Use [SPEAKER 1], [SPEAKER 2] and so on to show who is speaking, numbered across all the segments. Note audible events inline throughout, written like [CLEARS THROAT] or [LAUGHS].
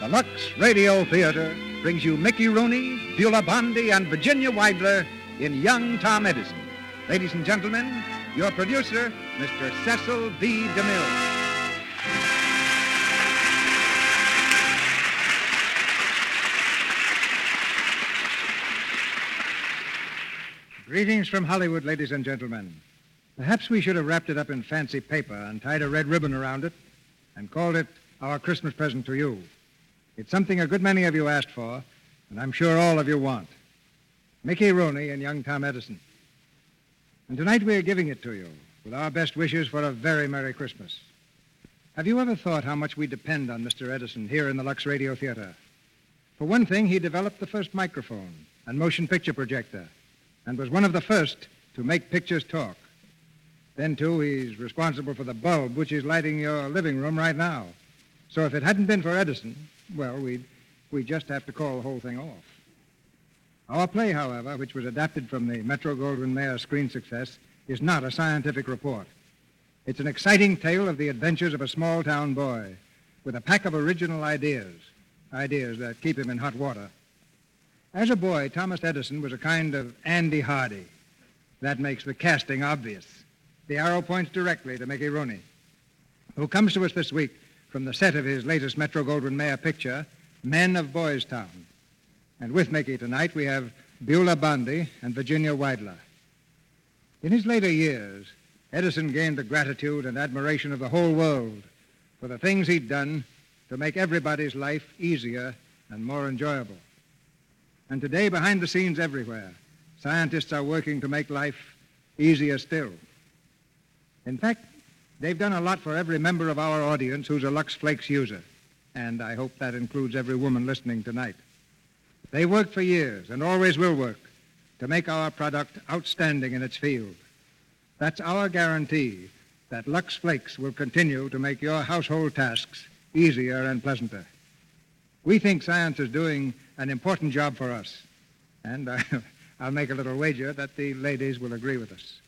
[SPEAKER 1] The Lux Radio Theater brings you Mickey Rooney, Beulah Bondi, and Virginia Weidler in Young Tom Edison. Ladies and gentlemen, your producer, Mr. Cecil B. DeMille. Greetings from Hollywood, ladies and gentlemen. Perhaps we should have wrapped it up in fancy paper and tied a red ribbon around it and called it our Christmas present to you. It's something a good many of you asked for, and I'm sure all of you want. Mickey Rooney and young Tom Edison. And tonight we are giving it to you with our best wishes for a very Merry Christmas. Have you ever thought how much we depend on Mr. Edison here in the Lux Radio Theater? For one thing, he developed the first microphone and motion picture projector and was one of the first to make pictures talk. Then, too, he's responsible for the bulb which is lighting your living room right now. So if it hadn't been for Edison, well, we'd, we'd just have to call the whole thing off. Our play, however, which was adapted from the Metro Goldwyn Mayer screen success, is not a scientific report. It's an exciting tale of the adventures of a small town boy with a pack of original ideas, ideas that keep him in hot water. As a boy, Thomas Edison was a kind of Andy Hardy. That makes the casting obvious. The arrow points directly to Mickey Rooney, who comes to us this week from the set of his latest Metro Goldwyn Mayer picture, Men of Boys Town. And with Mickey tonight, we have Beulah Bondi and Virginia Weidler. In his later years, Edison gained the gratitude and admiration of the whole world for the things he'd done to make everybody's life easier and more enjoyable. And today, behind the scenes everywhere, scientists are working to make life easier still. In fact, they've done a lot for every member of our audience who's a Lux Flakes user. And I hope that includes every woman listening tonight. They worked for years and always will work to make our product outstanding in its field. That's our guarantee that Lux Flakes will continue to make your household tasks easier and pleasanter. We think science is doing an important job for us, and I, [LAUGHS] I'll make a little wager that the ladies will agree with us.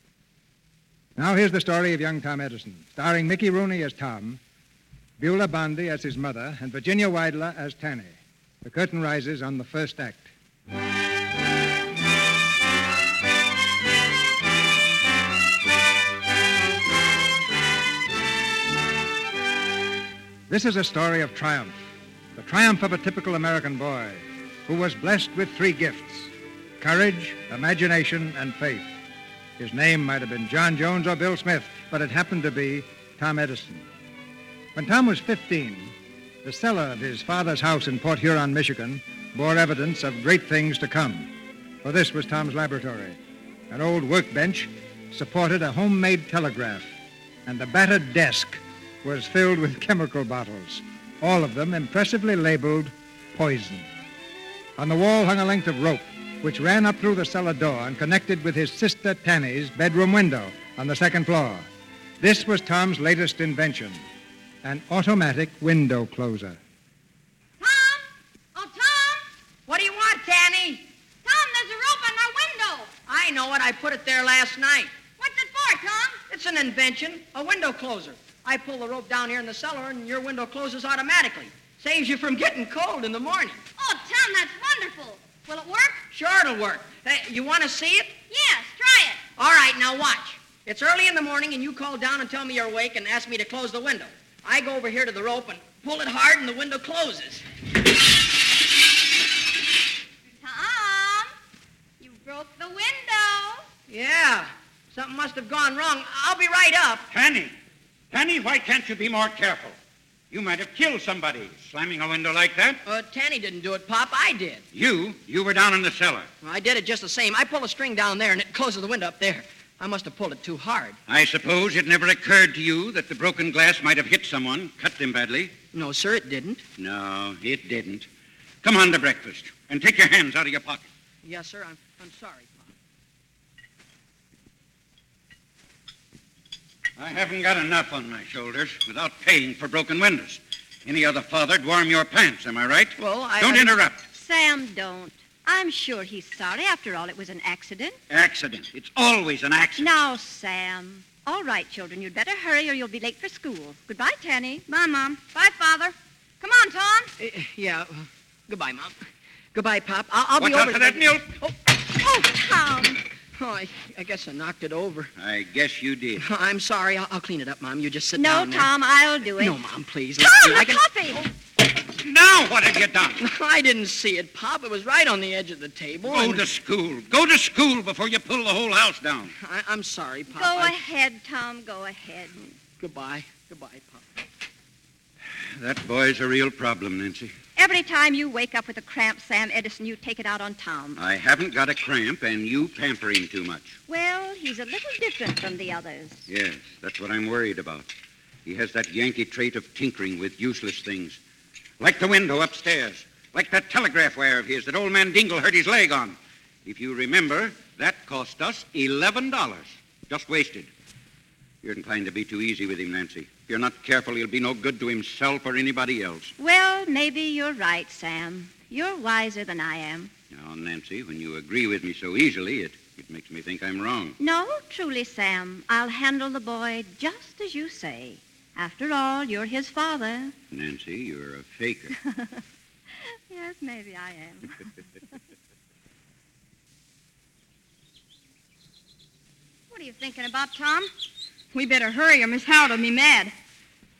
[SPEAKER 1] Now here's the story of young Tom Edison, starring Mickey Rooney as Tom, Beulah Bondi as his mother, and Virginia Weidler as Tanny. The curtain rises on the first act. This is a story of triumph, the triumph of a typical American boy who was blessed with three gifts courage, imagination, and faith. His name might have been John Jones or Bill Smith, but it happened to be Tom Edison. When Tom was 15, the cellar of his father's house in Port Huron, Michigan, bore evidence of great things to come. For this was Tom's laboratory. An old workbench supported a homemade telegraph, and the battered desk was filled with chemical bottles, all of them impressively labeled poison. On the wall hung a length of rope, which ran up through the cellar door and connected with his sister Tanny's bedroom window on the second floor. This was Tom's latest invention an automatic window closer.
[SPEAKER 2] Tom? Oh, Tom? What do you want, Tanny? Tom, there's a rope on my window. I know it. I put it there last night. What's it for, Tom? It's an invention, a window closer.
[SPEAKER 3] I pull the rope down here in the cellar and your window closes automatically. Saves you from getting cold in the morning.
[SPEAKER 4] Oh, Tom, that's wonderful. Will it work?
[SPEAKER 3] Sure, it'll work. Hey, you want to see it?
[SPEAKER 4] Yes, try it.
[SPEAKER 3] All right, now watch. It's early in the morning, and you call down and tell me you're awake and ask me to close the window. I go over here to the rope and pull it hard, and the window closes.
[SPEAKER 4] Tom, you broke the window.
[SPEAKER 3] Yeah, something must have gone wrong. I'll be right up.
[SPEAKER 5] Tanny! Tanny, why can't you be more careful? You might have killed somebody slamming a window like that.
[SPEAKER 3] Uh, Tanny didn't do it, Pop. I did.
[SPEAKER 5] You, you were down in the cellar.
[SPEAKER 3] I did it just the same. I pull a string down there, and it closes the window up there. I must have pulled it too hard.
[SPEAKER 5] I suppose it never occurred to you that the broken glass might have hit someone, cut them badly.
[SPEAKER 3] No, sir, it didn't.
[SPEAKER 5] No, it didn't. Come on to breakfast and take your hands out of your pockets.
[SPEAKER 3] Yes, sir. I'm, I'm sorry, Pop.
[SPEAKER 5] I haven't got enough on my shoulders without paying for broken windows. Any other father'd warm your pants, am I right?
[SPEAKER 3] Well, I.
[SPEAKER 5] Don't
[SPEAKER 3] I-
[SPEAKER 5] interrupt.
[SPEAKER 4] Sam, don't. I'm sure he's sorry. After all, it was an accident.
[SPEAKER 5] Accident. It's always an accident.
[SPEAKER 4] Now, Sam. All right, children, you'd better hurry or you'll be late for school. Goodbye, Tanny. Bye, Mom. Bye, Father.
[SPEAKER 3] Come on, Tom. yeah. uh, Goodbye, Mom. Goodbye, Pop. I'll, I'll
[SPEAKER 5] Watch
[SPEAKER 3] be over.
[SPEAKER 5] out for that milk.
[SPEAKER 4] Oh, Tom.
[SPEAKER 3] [LAUGHS] Oh, I, I guess I knocked it over.
[SPEAKER 5] I guess you did.
[SPEAKER 3] [LAUGHS] I'm sorry. I'll, I'll clean it up, Mom. You just sit
[SPEAKER 4] No,
[SPEAKER 3] down. there.
[SPEAKER 4] Tom, I'll do it.
[SPEAKER 3] No, Mom, please.
[SPEAKER 4] Tom,
[SPEAKER 3] I,
[SPEAKER 4] the
[SPEAKER 3] can-
[SPEAKER 4] coffee.
[SPEAKER 5] Now what have you done?
[SPEAKER 3] [LAUGHS] I didn't see it, Pop. It was right on the edge of the table.
[SPEAKER 5] Go
[SPEAKER 3] and-
[SPEAKER 5] to school. Go to school before you pull the whole house down.
[SPEAKER 3] I, I'm sorry, Pop.
[SPEAKER 4] Go
[SPEAKER 3] I-
[SPEAKER 4] ahead, Tom. Go ahead.
[SPEAKER 3] Goodbye. Goodbye, Pop.
[SPEAKER 5] That boy's a real problem, Nancy.
[SPEAKER 4] Every time you wake up with a cramp, Sam Edison, you take it out on Tom.
[SPEAKER 5] I haven't got a cramp, and you pamper him too much.
[SPEAKER 4] Well, he's a little different from the others.
[SPEAKER 5] Yes, that's what I'm worried about. He has that Yankee trait of tinkering with useless things. Like the window upstairs. Like that telegraph wire of his that old man Dingle hurt his leg on. If you remember, that cost us $11. Just wasted. You're inclined to be too easy with him, Nancy. If you're not careful, he'll be no good to himself or anybody else.
[SPEAKER 4] Well, maybe you're right, Sam. You're wiser than I am.
[SPEAKER 5] Now, Nancy, when you agree with me so easily, it, it makes me think I'm wrong.
[SPEAKER 4] No, truly, Sam. I'll handle the boy just as you say. After all, you're
[SPEAKER 6] [LAUGHS]
[SPEAKER 4] his father.
[SPEAKER 5] Nancy, you're a faker.
[SPEAKER 4] Yes, maybe I am. [LAUGHS]
[SPEAKER 3] What are you thinking about, Tom? We better hurry or Miss Howard will be mad.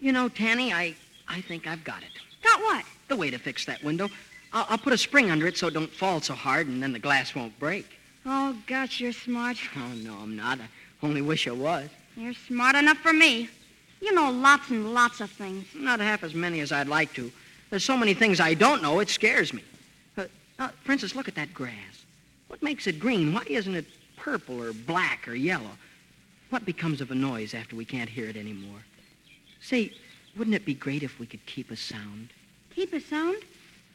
[SPEAKER 3] You know, Tanny, I, I think I've got it.
[SPEAKER 4] Got what?
[SPEAKER 3] The way to fix that window. I'll, I'll put a spring under it so it don't fall so hard and then the glass won't break.
[SPEAKER 4] Oh, gosh, you're smart.
[SPEAKER 3] Oh, no, I'm not. I only wish I was.
[SPEAKER 4] You're smart enough for me. You know lots and lots of things.
[SPEAKER 3] Not half as many as I'd like to. There's so many things I don't know, it scares me. Uh, uh, Princess, look at that grass. What makes it green? Why isn't it purple or black or yellow? What becomes of a noise after we can't hear it anymore? Say, wouldn't it be great if we could keep a sound?
[SPEAKER 4] Keep a sound?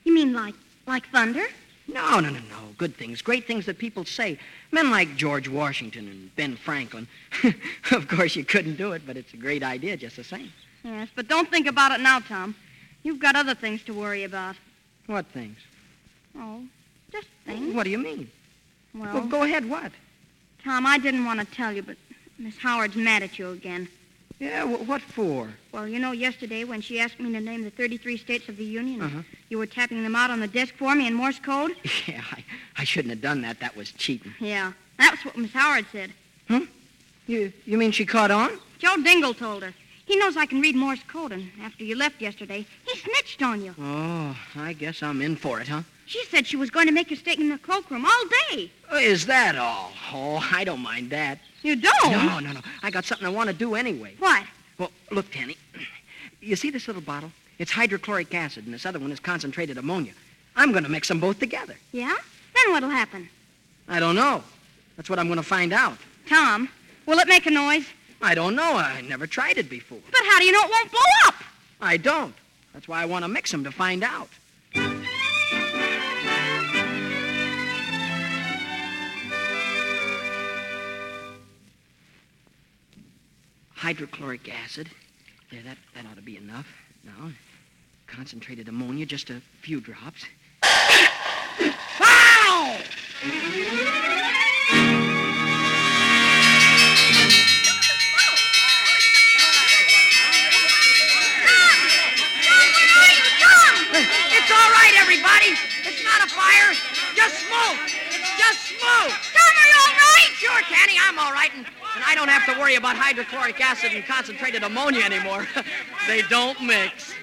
[SPEAKER 4] You mean like like thunder?
[SPEAKER 3] Oh, No, no, no, no. Good things, great things that people say. Men like George Washington and Ben Franklin. [LAUGHS] of course, you couldn't do it, but it's a great idea just the same.
[SPEAKER 4] Yes, but don't think about it now, Tom. You've got other things to worry about.
[SPEAKER 3] What things?
[SPEAKER 4] Oh, just things.
[SPEAKER 3] What do you mean?
[SPEAKER 4] Well,
[SPEAKER 3] Well, go ahead, what?
[SPEAKER 4] Tom, I didn't want to tell you, but Miss Howard's mad at you again.
[SPEAKER 3] Yeah, wh- what for?
[SPEAKER 4] Well, you know, yesterday when she asked me to name the 33 states of the Union,
[SPEAKER 3] Uh-huh.
[SPEAKER 4] you were tapping them out on the desk for me in Morse code?
[SPEAKER 3] [LAUGHS] Yeah, I, I shouldn't have done that. That was cheating.
[SPEAKER 4] Yeah, that's what Miss Howard said.
[SPEAKER 3] You, you mean she caught on?
[SPEAKER 4] Joe Dingle told her. He knows I can read Morse code, and after you left yesterday, he snitched on you.
[SPEAKER 3] Oh, I guess I'm in for it, huh?
[SPEAKER 4] She said she was going to make you stay in the cloakroom all day.
[SPEAKER 3] Oh, Is that all? Oh, I don't mind that.
[SPEAKER 4] You don't?
[SPEAKER 3] No, no, no. I got something I want to do anyway.
[SPEAKER 4] What?
[SPEAKER 3] Well, look, Tanny. [CLEARS THROAT] You see this little bottle? It's hydrochloric acid, and this other one is concentrated ammonia. I'm going to mix them both together.
[SPEAKER 4] Yeah? Then what'll happen?
[SPEAKER 3] I don't know. That's what I'm going to find out.
[SPEAKER 4] Tom, will it make a noise?
[SPEAKER 3] I don't know. I never tried it before.
[SPEAKER 4] But how do you know it won't blow up?
[SPEAKER 3] I don't. That's why I want to mix them to find out. Hydrochloric acid. There, that, that ought to be enough. Now, concentrated ammonia, just a few drops. Ow! everybody. It's not a fire. Just smoke. It's just smoke. Tom, are you all right? Sure, Tanny, I'm all right. And, and I don't have to worry about hydrochloric acid and concentrated ammonia anymore. [LAUGHS] they don't mix.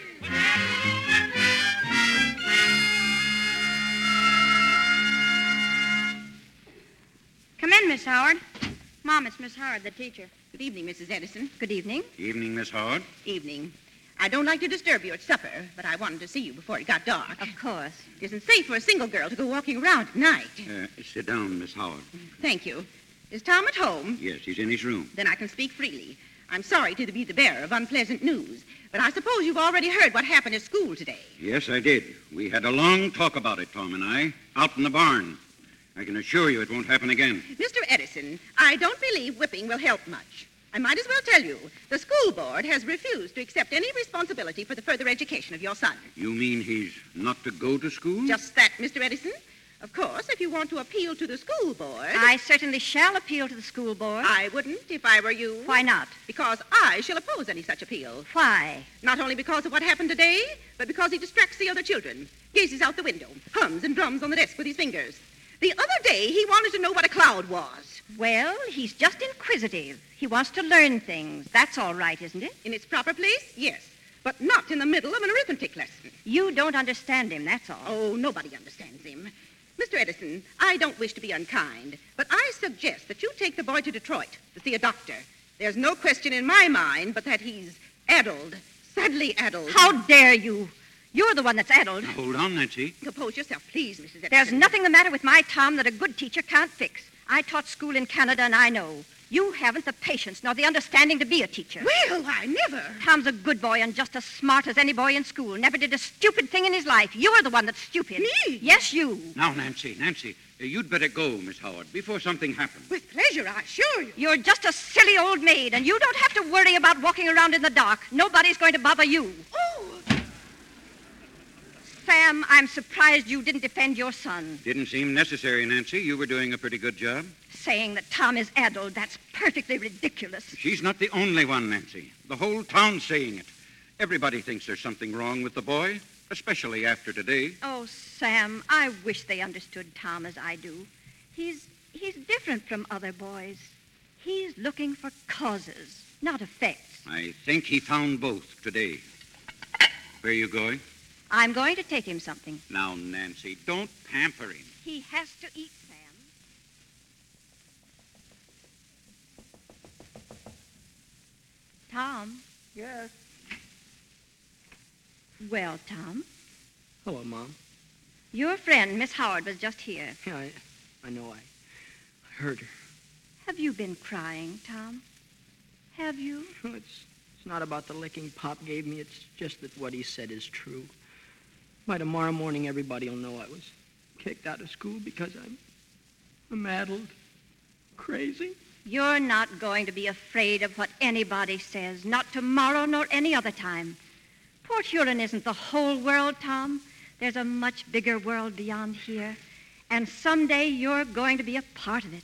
[SPEAKER 7] Come in, Miss Howard. Mom, it's Miss Howard, the teacher.
[SPEAKER 6] Good evening, Mrs. Edison.
[SPEAKER 7] Good evening.
[SPEAKER 5] Evening, Miss Howard.
[SPEAKER 6] Evening. I don't like to disturb you at supper, but I wanted to see you before it got dark.
[SPEAKER 7] Of course.
[SPEAKER 6] It isn't safe for a single girl to go walking around at night.
[SPEAKER 5] Uh, sit down, Miss Howard.
[SPEAKER 6] Thank you. Is Tom at home?
[SPEAKER 5] Yes, he's in his room.
[SPEAKER 6] Then I can speak freely. I'm sorry to be the bearer of unpleasant news, but I suppose you've already heard what happened at school today.
[SPEAKER 5] Yes, I did. We had a long talk about it, Tom and I, out in the barn. I can assure you it won't happen again.
[SPEAKER 6] Mr. Edison, I don't believe whipping will help much. I might as well tell you, the school board has refused to accept any responsibility for the further education of your son.
[SPEAKER 5] You mean he's not to go to school?
[SPEAKER 6] Just that, Mr. Edison. Of course, if you want to appeal to the school board,
[SPEAKER 7] I certainly shall appeal to the school board.
[SPEAKER 6] I wouldn't if I were you.
[SPEAKER 7] Why not?
[SPEAKER 6] Because I shall oppose any such appeal.
[SPEAKER 7] Why?
[SPEAKER 6] Not only because of what happened today, but because he distracts the other children, gazes out the window, hums and drums on the desk with his fingers. The other day, he wanted to know what a cloud was.
[SPEAKER 7] Well, he's just inquisitive. He wants to learn things. That's all right, isn't it?
[SPEAKER 6] In its proper place, yes, but not in the middle of an arithmetic lesson.
[SPEAKER 7] You don't understand him, that's all.
[SPEAKER 6] Oh, nobody understands him. Mr. Edison, I don't wish to be unkind, but I suggest that you take the boy to Detroit to see a doctor. There's no question in my mind but that he's addled, sadly addled.
[SPEAKER 7] How dare you? You're the one that's addled.
[SPEAKER 5] Hold on, Nancy.
[SPEAKER 6] Compose yourself, please, Mrs. Edison.
[SPEAKER 7] There's nothing the matter with my Tom that a good teacher can't fix. I taught school in Canada, and I know. You haven't the patience nor the understanding to be a teacher.
[SPEAKER 6] Well, I never.
[SPEAKER 7] Tom's a good boy and just as smart as any boy in school. Never did a stupid thing in his life. You're the one that's stupid.
[SPEAKER 6] Me?
[SPEAKER 7] Yes, you.
[SPEAKER 5] Now, Nancy, Nancy, uh, you'd better go, Miss Howard, before something happens.
[SPEAKER 6] With pleasure, I assure you.
[SPEAKER 7] You're just a silly old maid, and you don't have to worry about walking around in the dark. Nobody's going to bother you.
[SPEAKER 6] Oh,
[SPEAKER 7] Sam, I'm surprised you didn't defend your son.
[SPEAKER 5] Didn't seem necessary, Nancy. You were doing a pretty good job.
[SPEAKER 7] Saying that Tom is addled, that's perfectly ridiculous.
[SPEAKER 5] She's not the only one, Nancy. The whole town's saying it. Everybody thinks there's something wrong with the boy, especially after today.
[SPEAKER 7] Oh, Sam, I wish they understood Tom as I do. He's he's different from other boys. He's looking for causes, not effects.
[SPEAKER 5] I think he found both today. Where are you going?
[SPEAKER 7] I'm going to take him something.
[SPEAKER 5] Now, Nancy, don't pamper him.
[SPEAKER 7] He has to eat, Sam. Tom.
[SPEAKER 3] Yes.
[SPEAKER 7] Well, Tom,
[SPEAKER 3] Hello, Mom.
[SPEAKER 7] your friend, Miss Howard, was just here.
[SPEAKER 3] Yeah, I, I know I, I heard her.
[SPEAKER 7] Have you been crying, Tom? Have you?
[SPEAKER 3] [LAUGHS] It's, it's not about the licking Pop gave me. It's just that what he said is true. By tomorrow morning, everybody will know I was kicked out of school because I'm, I'm addled, crazy.
[SPEAKER 7] You're not going to be afraid of what anybody says, not tomorrow nor any other time. Port Huron isn't the whole world, Tom. There's a much bigger world beyond here. And someday you're going to be a part of it.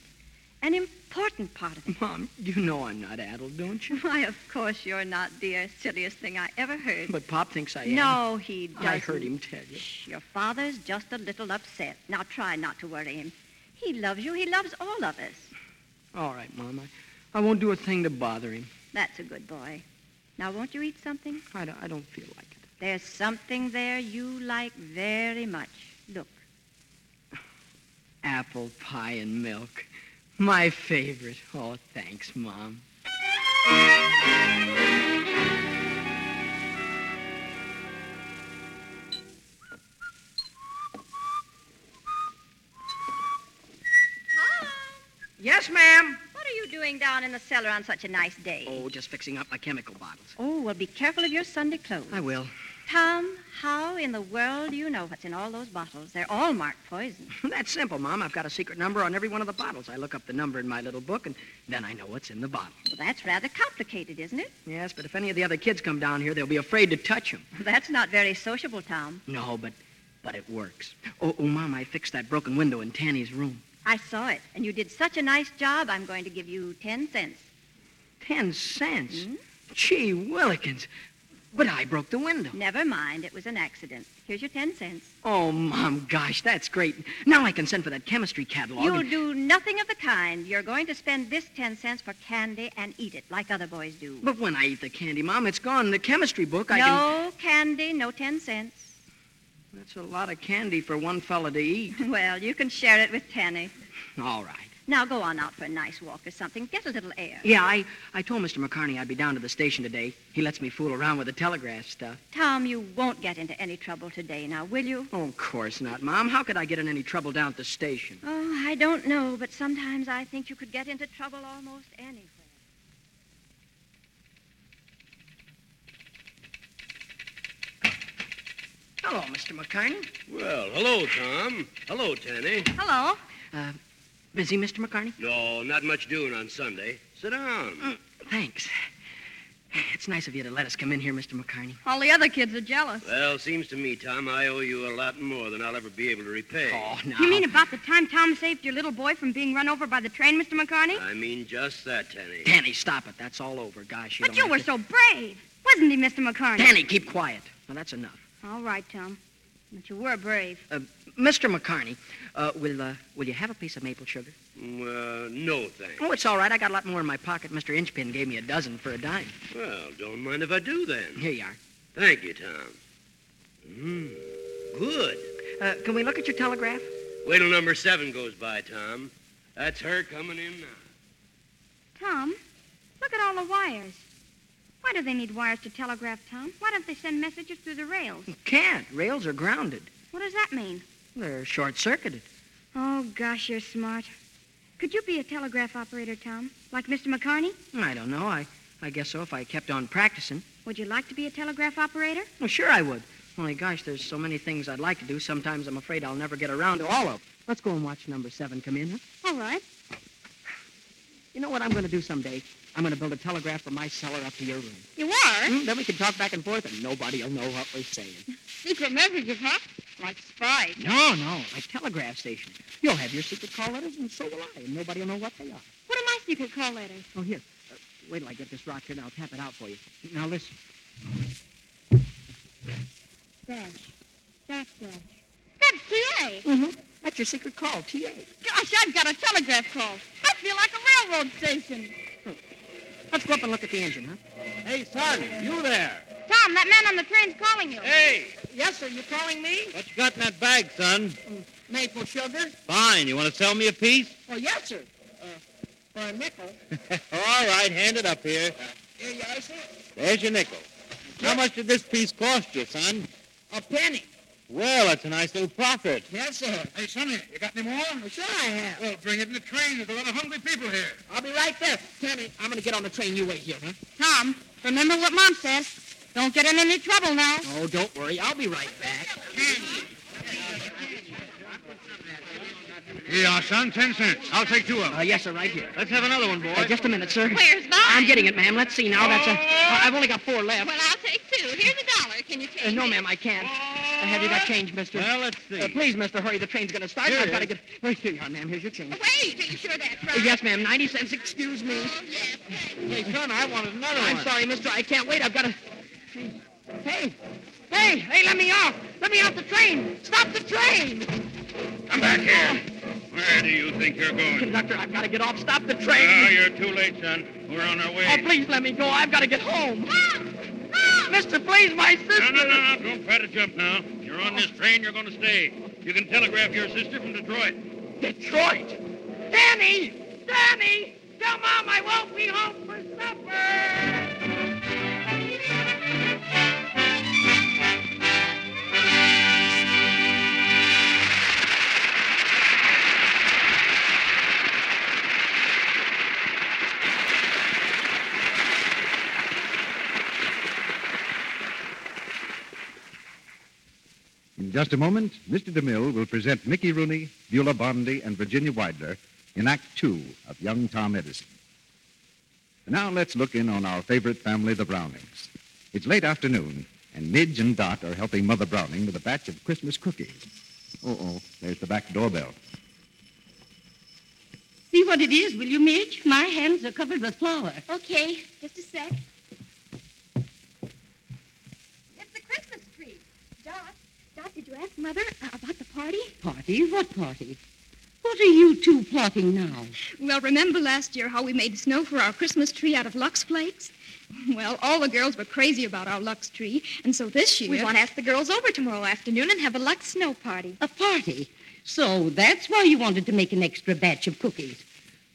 [SPEAKER 7] An important part of it.
[SPEAKER 3] Mom, you know I'm not addled, don't you?
[SPEAKER 7] [LAUGHS] Why, of course you're not, dear. Silliest thing I ever heard.
[SPEAKER 3] But Pop thinks I am.
[SPEAKER 7] no, he doesn't.
[SPEAKER 3] I heard him tell you.
[SPEAKER 7] Shh, your father's just a little upset. Now try not to worry him. He loves you. He loves all of us.
[SPEAKER 3] All right, Mom. I, I won't do a thing to bother him.
[SPEAKER 7] That's a good boy. Now, won't you eat something?
[SPEAKER 3] I don't, I don't feel like it.
[SPEAKER 7] There's something there you like very much. Look.
[SPEAKER 3] Apple pie and milk. My favorite. Oh, thanks, Mom.
[SPEAKER 7] Tom,
[SPEAKER 3] Yes, ma'am.
[SPEAKER 7] what are you doing down in the cellar on such a nice day?
[SPEAKER 3] Oh, just fixing up my chemical bottles.
[SPEAKER 7] Oh, well, be careful of your Sunday clothes.
[SPEAKER 3] I will.
[SPEAKER 7] Tom, how in the world do you know what's in all those bottles? They're all marked poison.
[SPEAKER 3] [LAUGHS] That's simple, Mom. I've got a secret number on every one of the bottles. I look up the number in my little book, and then I know what's in the bottle.
[SPEAKER 7] Well, that's rather complicated, isn't it?
[SPEAKER 3] Yes, but if any of the other kids come down here, they'll be afraid to touch [LAUGHS] them.
[SPEAKER 7] That's not very sociable, Tom.
[SPEAKER 3] No, but but it works. Oh, oh, Mom, I fixed that broken window in Tanny's room.
[SPEAKER 7] I saw it, and you did such a nice job, I'm going to give you ten cents.
[SPEAKER 3] Hmm? Ten cents. Gee, Willikins. But I broke the window.
[SPEAKER 7] Never mind. It was an accident. Here's your ten cents.
[SPEAKER 3] Oh, Mom, gosh, that's great. Now I can send for that chemistry catalog.
[SPEAKER 7] You'll
[SPEAKER 3] and-
[SPEAKER 7] do nothing of the kind. You're going to spend this ten cents for candy and eat it like other boys do.
[SPEAKER 3] But when I eat the candy, Mom, it's gone. The chemistry book, I can...
[SPEAKER 7] no candy, no ten cents. [LAUGHS]
[SPEAKER 3] That's a lot of candy for one fella to eat.
[SPEAKER 7] Well, you can share it with Tanny.
[SPEAKER 3] All right.
[SPEAKER 7] Now go on out for a nice walk or something. Get a little air.
[SPEAKER 3] Yeah, I, I told Mr. McCarney I'd be down to the station today. He lets me fool around with the telegraph stuff.
[SPEAKER 7] Tom, you won't get into any trouble today now, will you?
[SPEAKER 3] Oh, of course not, Mom. How could I get in any trouble down at the station?
[SPEAKER 7] Oh, I don't know, but sometimes I think you could get into trouble almost anywhere.
[SPEAKER 3] Hello, Mr. McCarney.
[SPEAKER 8] Well, hello, Tom. Hello, Tanny.
[SPEAKER 7] Hello.
[SPEAKER 3] Uh, busy, Mr. McCarney?
[SPEAKER 8] No, not much doing on Sunday. Sit down.
[SPEAKER 3] Mm, Thanks. It's nice of you to let us come in here, Mr. McCarney.
[SPEAKER 7] All the other kids are jealous.
[SPEAKER 8] Well, seems to me, Tom, I owe you a lot more than I'll ever be able to repay.
[SPEAKER 3] Oh, no.
[SPEAKER 4] You mean about the time Tom saved your little boy from being run over by the train, Mr. McCarney?
[SPEAKER 3] Uh,
[SPEAKER 8] I mean just that, Tanny.
[SPEAKER 3] Danny, stop it. That's all over. Gosh, you
[SPEAKER 4] but
[SPEAKER 3] don't
[SPEAKER 4] you
[SPEAKER 3] have
[SPEAKER 4] were
[SPEAKER 3] to- [LAUGHS]
[SPEAKER 4] so brave, wasn't he, Mr. McCarney?
[SPEAKER 3] Danny, keep quiet. Now, that's enough.
[SPEAKER 4] All right, Tom. But you were brave.
[SPEAKER 3] Uh, Mr. McCarney, uh, will, uh, will you have a piece of maple sugar?
[SPEAKER 8] Well, mm, uh, no thanks.
[SPEAKER 3] Oh, it's all right. I got a lot more in my pocket. Mr. Inchpin gave me a dozen for a dime.
[SPEAKER 8] Well, don't mind if I do then.
[SPEAKER 3] Here you are.
[SPEAKER 8] Thank you, Tom. Mm, good.
[SPEAKER 3] Uh, can we look at your telegraph?
[SPEAKER 8] Wait till number seven goes by, Tom. That's her coming in now.
[SPEAKER 4] Tom, look at all the wires. Why do they need wires to telegraph, Tom? Why don't they send messages through the rails?
[SPEAKER 3] You can't. Rails are grounded.
[SPEAKER 4] What does that mean?
[SPEAKER 3] They're short-circuited.
[SPEAKER 4] Oh, gosh, you're smart. Could you be a telegraph operator, Tom? Like Mr. McCarney?
[SPEAKER 3] I don't know. I, I guess so if I kept on practicing.
[SPEAKER 4] Would you like to be a telegraph operator?
[SPEAKER 3] Well, sure I would. Only, gosh, there's so many things I'd like to do. Sometimes I'm afraid I'll never get around to all of them. Let's go and watch number seven come in. Huh?
[SPEAKER 4] All right.
[SPEAKER 3] You know what I'm going to do someday? I'm going to build a telegraph from my cellar up to your room.
[SPEAKER 4] You are?
[SPEAKER 3] Hmm, Then we can talk back and forth, and nobody will know what we're saying.
[SPEAKER 4] Secret messages, huh? Like spies.
[SPEAKER 3] No, no, like telegraph station. You'll have your secret call letters, and so will I, and nobody will know what they are.
[SPEAKER 4] What are my secret call letters?
[SPEAKER 3] Oh, here. Uh, wait till I get this rock here, and I'll tap it out for you. Now, listen.
[SPEAKER 4] Dash. Dash, dash. That's T.A.
[SPEAKER 3] Mm-hmm. That's your secret call, T.A.
[SPEAKER 4] Gosh, I've got a telegraph call. I feel like a railroad station.
[SPEAKER 3] Let's go up and look at the engine, huh?
[SPEAKER 8] Hey, son, you there?
[SPEAKER 4] Tom, that man on the train's calling you.
[SPEAKER 8] Hey,
[SPEAKER 3] Yes, sir. You calling me? Mm,
[SPEAKER 8] what you got in that bag, son?
[SPEAKER 3] Maple sugar?
[SPEAKER 8] Fine. You want to sell me a piece?
[SPEAKER 3] Oh, yes, sir. Uh, for a nickel.
[SPEAKER 8] [LAUGHS] All right, hand it up here.
[SPEAKER 3] Here you are, sir.
[SPEAKER 8] There's your nickel. How much did this piece cost you, son?
[SPEAKER 3] A penny.
[SPEAKER 8] Well, that's a nice little profit.
[SPEAKER 3] Yes, sir. Oh,
[SPEAKER 9] Hey, Sonny, you got any more?
[SPEAKER 3] Sure I have.
[SPEAKER 9] Well, bring it in the train. There's a lot of hungry people here.
[SPEAKER 3] I'll be right there. Penny, I'm going to get on the train. You wait here, huh?
[SPEAKER 4] Tom, remember what Mom says. Don't get in any trouble now.
[SPEAKER 3] Oh, don't worry. I'll be right back.
[SPEAKER 9] Here you are, son. Ten cents. I'll take two of
[SPEAKER 3] Uh, yes, sir, right here.
[SPEAKER 8] Let's have another one, boy.
[SPEAKER 3] Uh, just a minute, sir.
[SPEAKER 4] Where's mine?
[SPEAKER 3] I'm getting it, ma'am. Let's see now. That's a. I- I've only got four left.
[SPEAKER 4] I'll take two. Here's a dollar. Can you take
[SPEAKER 3] Uh, no, ma'am, I can't. Uh, have you got change, mister?
[SPEAKER 8] Well, let's see.
[SPEAKER 3] Uh, please, mister, hurry. The train's going to start.
[SPEAKER 8] Here
[SPEAKER 3] I've
[SPEAKER 8] it
[SPEAKER 3] got to
[SPEAKER 8] is.
[SPEAKER 3] get. Well, here you are, ma'am. Here's your change.
[SPEAKER 4] Wait, Oh, are you sure that's
[SPEAKER 3] Uh, yes, ma'am. 90 cents. Excuse me.
[SPEAKER 8] Hey, son, I wanted another
[SPEAKER 3] I'm sorry, mister. I can't wait. I've got to. Hey. Hey, hey, let me off. Let me off the train. Stop the train.
[SPEAKER 9] Come back here. Where do you think you're going?
[SPEAKER 3] Oh, Conductor, I've got to get off. Stop the
[SPEAKER 9] Ah,
[SPEAKER 3] train.
[SPEAKER 9] you're too late, son. We're on our way.
[SPEAKER 3] Oh, please let me go. I've got to get home.
[SPEAKER 8] Ah,
[SPEAKER 3] Mister, please, my
[SPEAKER 9] No,
[SPEAKER 3] sister.
[SPEAKER 9] no, no, no. Don't try to jump now. You're on this train. You're going to stay. You can telegraph your sister from Detroit.
[SPEAKER 3] Detroit. Danny! Danny! Tell Mom I won't be home for supper!
[SPEAKER 10] In just a moment, Mr. DeMille will present Mickey Rooney, Beulah Bondi, and Virginia Widler in Act Two of Young Tom Edison. And now let's look in on our favorite family, the Brownings. It's late afternoon, and Midge and Dot are helping Mother Browning with a batch of Christmas cookies. Uh-oh, there's the back doorbell.
[SPEAKER 4] See what it is, will you, Midge? My hands are covered with flour.
[SPEAKER 11] Okay, just a sec.
[SPEAKER 4] you ask Mother uh, about the party?
[SPEAKER 3] Party? What party? What are you two plotting now?
[SPEAKER 12] Well, remember last year how we made snow for our Christmas tree out of Lux flakes? [LAUGHS] Well, all the girls were crazy about our Lux tree, and so this year.
[SPEAKER 4] We want to ask the girls over tomorrow afternoon and have a Lux snow party.
[SPEAKER 3] A party? So that's why you wanted to make an extra batch of cookies.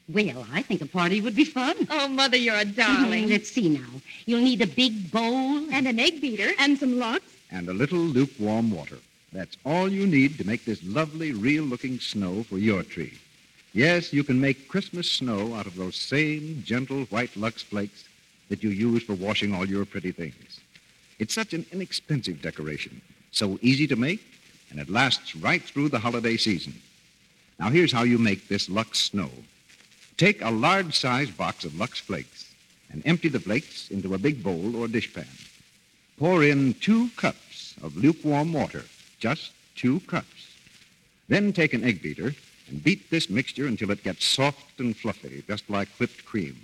[SPEAKER 3] Well, I think a party would be fun.
[SPEAKER 12] Oh, Mother, you're a darling.
[SPEAKER 3] Mhm, Let's see now. You'll need a big bowl.
[SPEAKER 12] And an egg beater. And some Lux.
[SPEAKER 10] and a little lukewarm water. That's all you need to make this lovely, real looking snow for your tree. Yes, you can make Christmas snow out of those same gentle white Lux flakes that you use for washing all your pretty things. It's such an inexpensive decoration, so easy to make, and it lasts right through the holiday season. Now, here's how you make this Lux snow take a large sized box of Lux flakes and empty the flakes into a big bowl or dishpan. Pour in two cups of lukewarm water, just two cups. Then take an egg beater and beat this mixture until it gets soft and fluffy, just like whipped cream.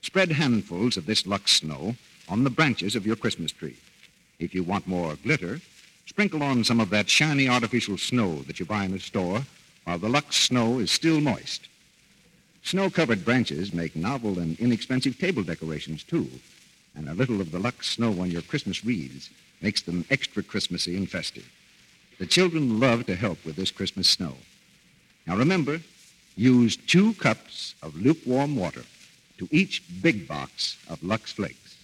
[SPEAKER 10] Spread handfuls of this Lux Snow on the branches of your Christmas tree. If you want more glitter, sprinkle on some of that shiny artificial snow that you buy in the store while the Lux Snow is still moist. Snow-covered branches make novel and inexpensive table decorations, too and a little of the Lux snow on your Christmas wreaths makes them extra Christmassy and festive. The children love to help with this Christmas snow. Now remember, use two cups of lukewarm water to each big box of Lux Flakes.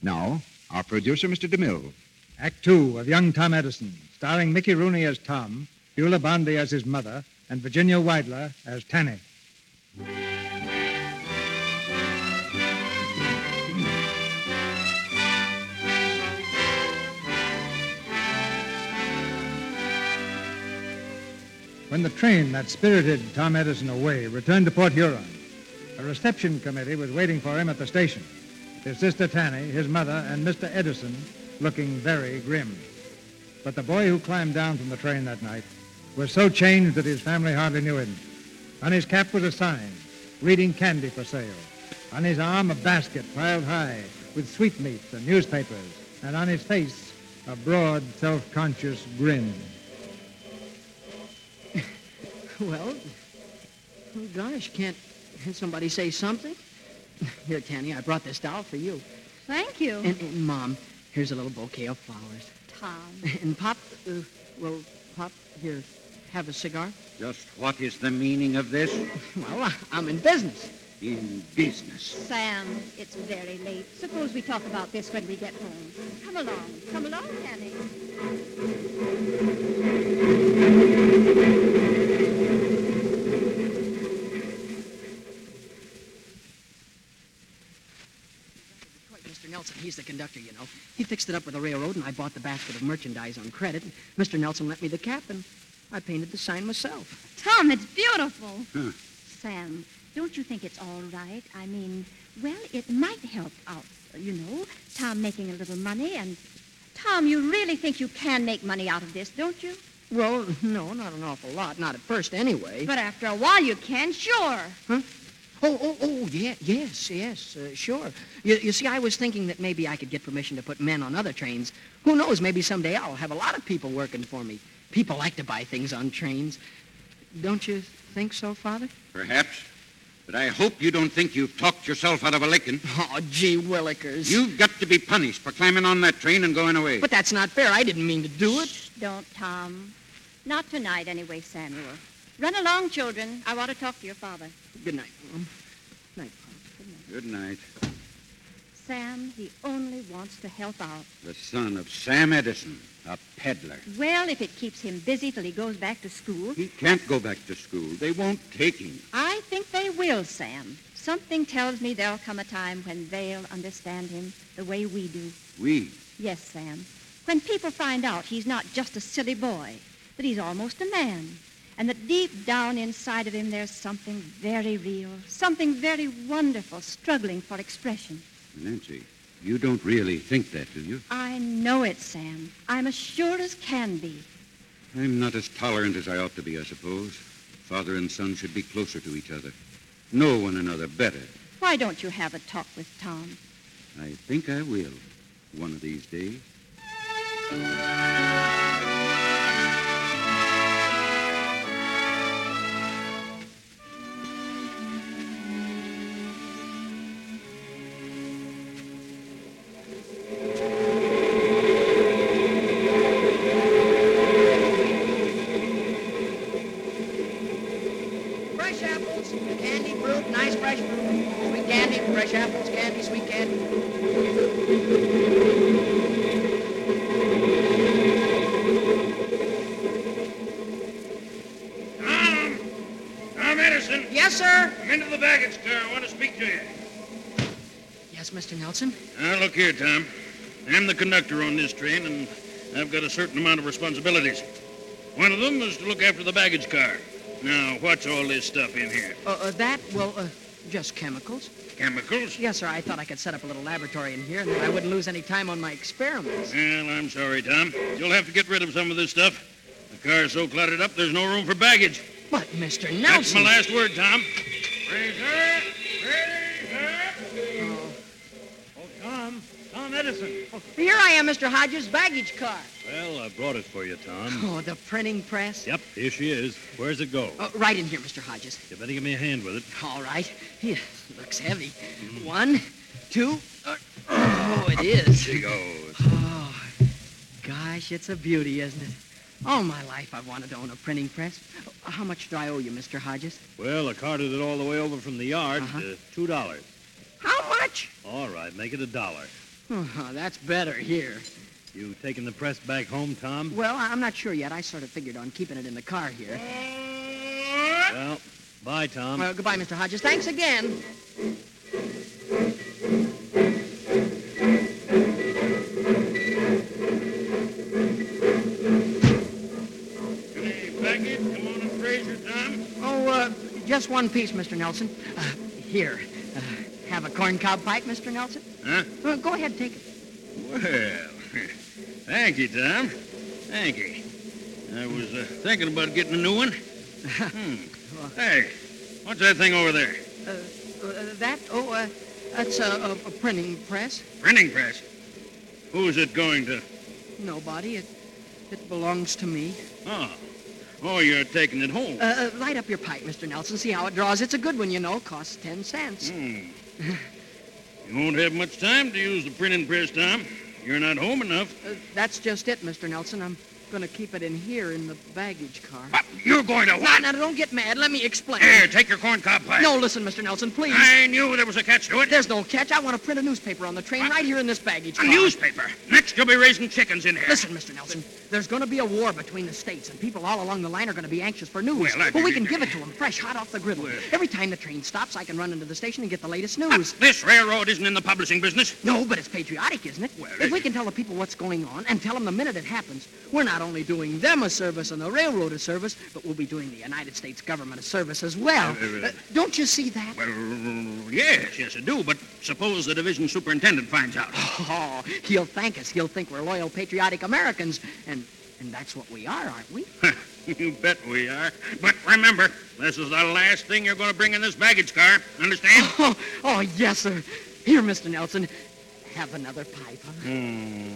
[SPEAKER 10] Now, our producer, Mr. DeMille.
[SPEAKER 1] Act two of Young Tom Edison, starring Mickey Rooney as Tom, Beulah Bondi as his mother, and Virginia Weidler as Tanny. When the train that spirited Tom Edison away returned to Port Huron, a reception committee was waiting for him at the station. His sister Tanny, his mother, and Mr. Edison looking very grim. But the boy who climbed down from the train that night was so changed that his family hardly knew him. On his cap was a sign, reading candy for sale. On his arm, a basket piled high with sweetmeats and newspapers. And on his face, a broad, self-conscious grin.
[SPEAKER 3] Well, oh gosh, can't can't somebody say something? Here, Tanny, I brought this doll for you.
[SPEAKER 4] Thank you.
[SPEAKER 3] And, and Mom, here's a little bouquet of flowers. [LAUGHS]
[SPEAKER 4] Tom.
[SPEAKER 3] And Pop, uh, well, Pop, here, have a cigar.
[SPEAKER 5] Just what is the meaning of this?
[SPEAKER 3] [LAUGHS] Well, I- I'm in business.
[SPEAKER 5] In business.
[SPEAKER 7] Sam, it's very late. Suppose we talk about this when we get home. Come along. Come along, Annie.
[SPEAKER 3] Quite Mr. Nelson, he's the conductor, you know. He fixed it up with the railroad, and I bought the basket of merchandise on credit. And Mr. Nelson lent me the cap, and I painted the sign myself.
[SPEAKER 4] Tom, it's beautiful.
[SPEAKER 7] Sam, don't you think it's all right? I mean, well, it might help out, you know. Tom making a little money and... Tom, you really think you can make money out of this, don't you?
[SPEAKER 3] Well, [LAUGHS] no, not an awful lot. Not at first, anyway.
[SPEAKER 4] But after a while, you can, sure.
[SPEAKER 3] Huh? Oh, oh, oh, yeah, yes, yes, uh, sure. You, you see, I was thinking that maybe I could get permission to put men on other trains. Who knows, maybe someday I'll have a lot of people working for me. People like to buy things on trains. Don't you think so, Father?
[SPEAKER 5] Perhaps. But I hope you don't think you've talked yourself out of a licking.
[SPEAKER 3] [LAUGHS] Oh, gee willikers.
[SPEAKER 5] You've got to be punished for climbing on that train and going away.
[SPEAKER 3] But that's not fair. I didn't mean to do it.
[SPEAKER 7] Don't, Tom. Not tonight, anyway, Samuel. Run along, children. I want to talk to your father.
[SPEAKER 3] Good night, Mom. Night,
[SPEAKER 5] Good night.
[SPEAKER 7] Sam, he only wants to help out.
[SPEAKER 5] The son of Sam Edison, a peddler.
[SPEAKER 7] Well, if it keeps him busy till he goes back to school,
[SPEAKER 5] He can't go back to school. They won't take him.
[SPEAKER 7] I think they will, Sam. Something tells me there'll come a time when they'll understand him the way we do.
[SPEAKER 5] We.
[SPEAKER 7] Yes, Sam. When people find out he's not just a silly boy, but he's almost a man, and that deep down inside of him there's something very real, something very wonderful struggling for expression.
[SPEAKER 5] Nancy, you don't really think that, do you?
[SPEAKER 7] I know it, Sam. I'm as sure as can be.
[SPEAKER 5] I'm not as tolerant as I ought to be, I suppose. Father and son should be closer to each other, know one another better.
[SPEAKER 7] Why don't you have a talk with Tom?
[SPEAKER 5] I think I will, one of these days.
[SPEAKER 3] Mr. Nelson.
[SPEAKER 9] Now, Ah, look here, Tom. I'm the conductor on this train, and I've got a certain amount of responsibilities. One of them is to look after the baggage car. Now, what's all this stuff in here?
[SPEAKER 3] Uh, uh, that, well, uh, just chemicals.
[SPEAKER 9] Chemicals?
[SPEAKER 3] Yes, sir. I thought I could set up a little laboratory in here, and then I wouldn't lose any time on my experiments.
[SPEAKER 9] Well, I'm sorry, Tom. You'll have to get rid of some of this stuff. The car's so cluttered up, there's no room for baggage.
[SPEAKER 3] But, Mr. Nelson.
[SPEAKER 9] That's my last word, Tom.
[SPEAKER 13] Raise her! Raise her! Oh, Tom. Tom Edison. Oh,
[SPEAKER 3] Here I am, Mr. Hodges, baggage car.
[SPEAKER 8] Well, I brought it for you, Tom.
[SPEAKER 3] Oh, the printing press.
[SPEAKER 8] Yep, here she is. Where's it go?
[SPEAKER 3] Uh, right in here, Mr. Hodges.
[SPEAKER 8] You better give me a hand with it.
[SPEAKER 3] All right. Yeah, looks heavy. One, two. uh, oh, it is.
[SPEAKER 8] She goes.
[SPEAKER 3] Oh, gosh, it's a beauty, isn't it? All my life I've wanted to own a printing press. How much do I owe you, Mr. Hodges?
[SPEAKER 8] Well, I carted it all the way over from the yard to two dollars.
[SPEAKER 3] Uh-huh. How much?
[SPEAKER 8] All right, make it a dollar.
[SPEAKER 3] Oh, that's better here.
[SPEAKER 8] You taking the press back home, Tom?
[SPEAKER 3] Well, I- I'm not sure yet. I sort of figured on keeping it in the car here.
[SPEAKER 8] Well, bye, Tom.
[SPEAKER 3] Well, goodbye, Mr. Hodges. Thanks again.
[SPEAKER 9] Package, come on and raise her, Tom.
[SPEAKER 3] Oh, uh, just one piece, Mr. Nelson. Uh, here. Uh, have a corncob pipe, Mr. Nelson?
[SPEAKER 9] Huh?
[SPEAKER 3] Uh, go ahead, take it.
[SPEAKER 9] Well, [LAUGHS] thank you, Tom. Thank you. I was uh, thinking about getting a new one.
[SPEAKER 3] [LAUGHS]
[SPEAKER 9] Hmm. Hey, what's that thing over there?
[SPEAKER 3] Uh, uh, that, oh, uh, that's a, a, a printing press.
[SPEAKER 9] Printing press. Who's it going to?
[SPEAKER 3] Nobody. It, it belongs to me.
[SPEAKER 9] Oh. Oh, you're taking it home.
[SPEAKER 3] Uh, uh, light up your pipe, Mr. Nelson. See how it draws. It's a good one, you know. Costs ten cents.
[SPEAKER 9] Hmm. You won't have much time to use the printing press, Tom. You're not home enough.
[SPEAKER 3] Uh, that's just it, Mr. Nelson. I'm going to keep it in here in the baggage car.
[SPEAKER 9] You're going to
[SPEAKER 3] Now,
[SPEAKER 9] what?
[SPEAKER 3] now, don't get mad. Let me explain.
[SPEAKER 9] Here, take your corncob pipe.
[SPEAKER 3] No, listen, Mr. Nelson, please.
[SPEAKER 9] I knew there was a catch to it.
[SPEAKER 3] There's no catch. I want to print a newspaper on the train right here in this baggage
[SPEAKER 9] A
[SPEAKER 3] car.
[SPEAKER 9] newspaper. Next, you'll be raising chickens in here.
[SPEAKER 3] Listen, Mr. Nelson, there's going to be a war between the states, and people all along the line are going to be anxious for news.
[SPEAKER 9] Well, I-
[SPEAKER 3] but we can give it to them fresh, hot off the griddle. Every time the train stops, I can run into the station and get the latest news.
[SPEAKER 9] This railroad isn't in the publishing business.
[SPEAKER 3] No, but it's patriotic, isn't it? Well, if we can tell the people what's going on and tell them the minute it happens, we're not only doing them a service and the railroad a service, but we'll be doing the United States government a service as well.
[SPEAKER 9] Uh, uh,
[SPEAKER 3] Uh, don't you see that?
[SPEAKER 9] Well, yes, yes, I do. But suppose the division superintendent finds [SIGHS] out.
[SPEAKER 3] Oh, he'll thank us. He'll think we're loyal, patriotic Americans, and and that's what we are, aren't we?
[SPEAKER 9] [LAUGHS] you bet we are. But remember, this is the last thing you're going to bring in this baggage car. Understand?
[SPEAKER 3] Oh, [LAUGHS] oh yes, sir. Here, Mr. Nelson, have another pipe. Huh? Hmm.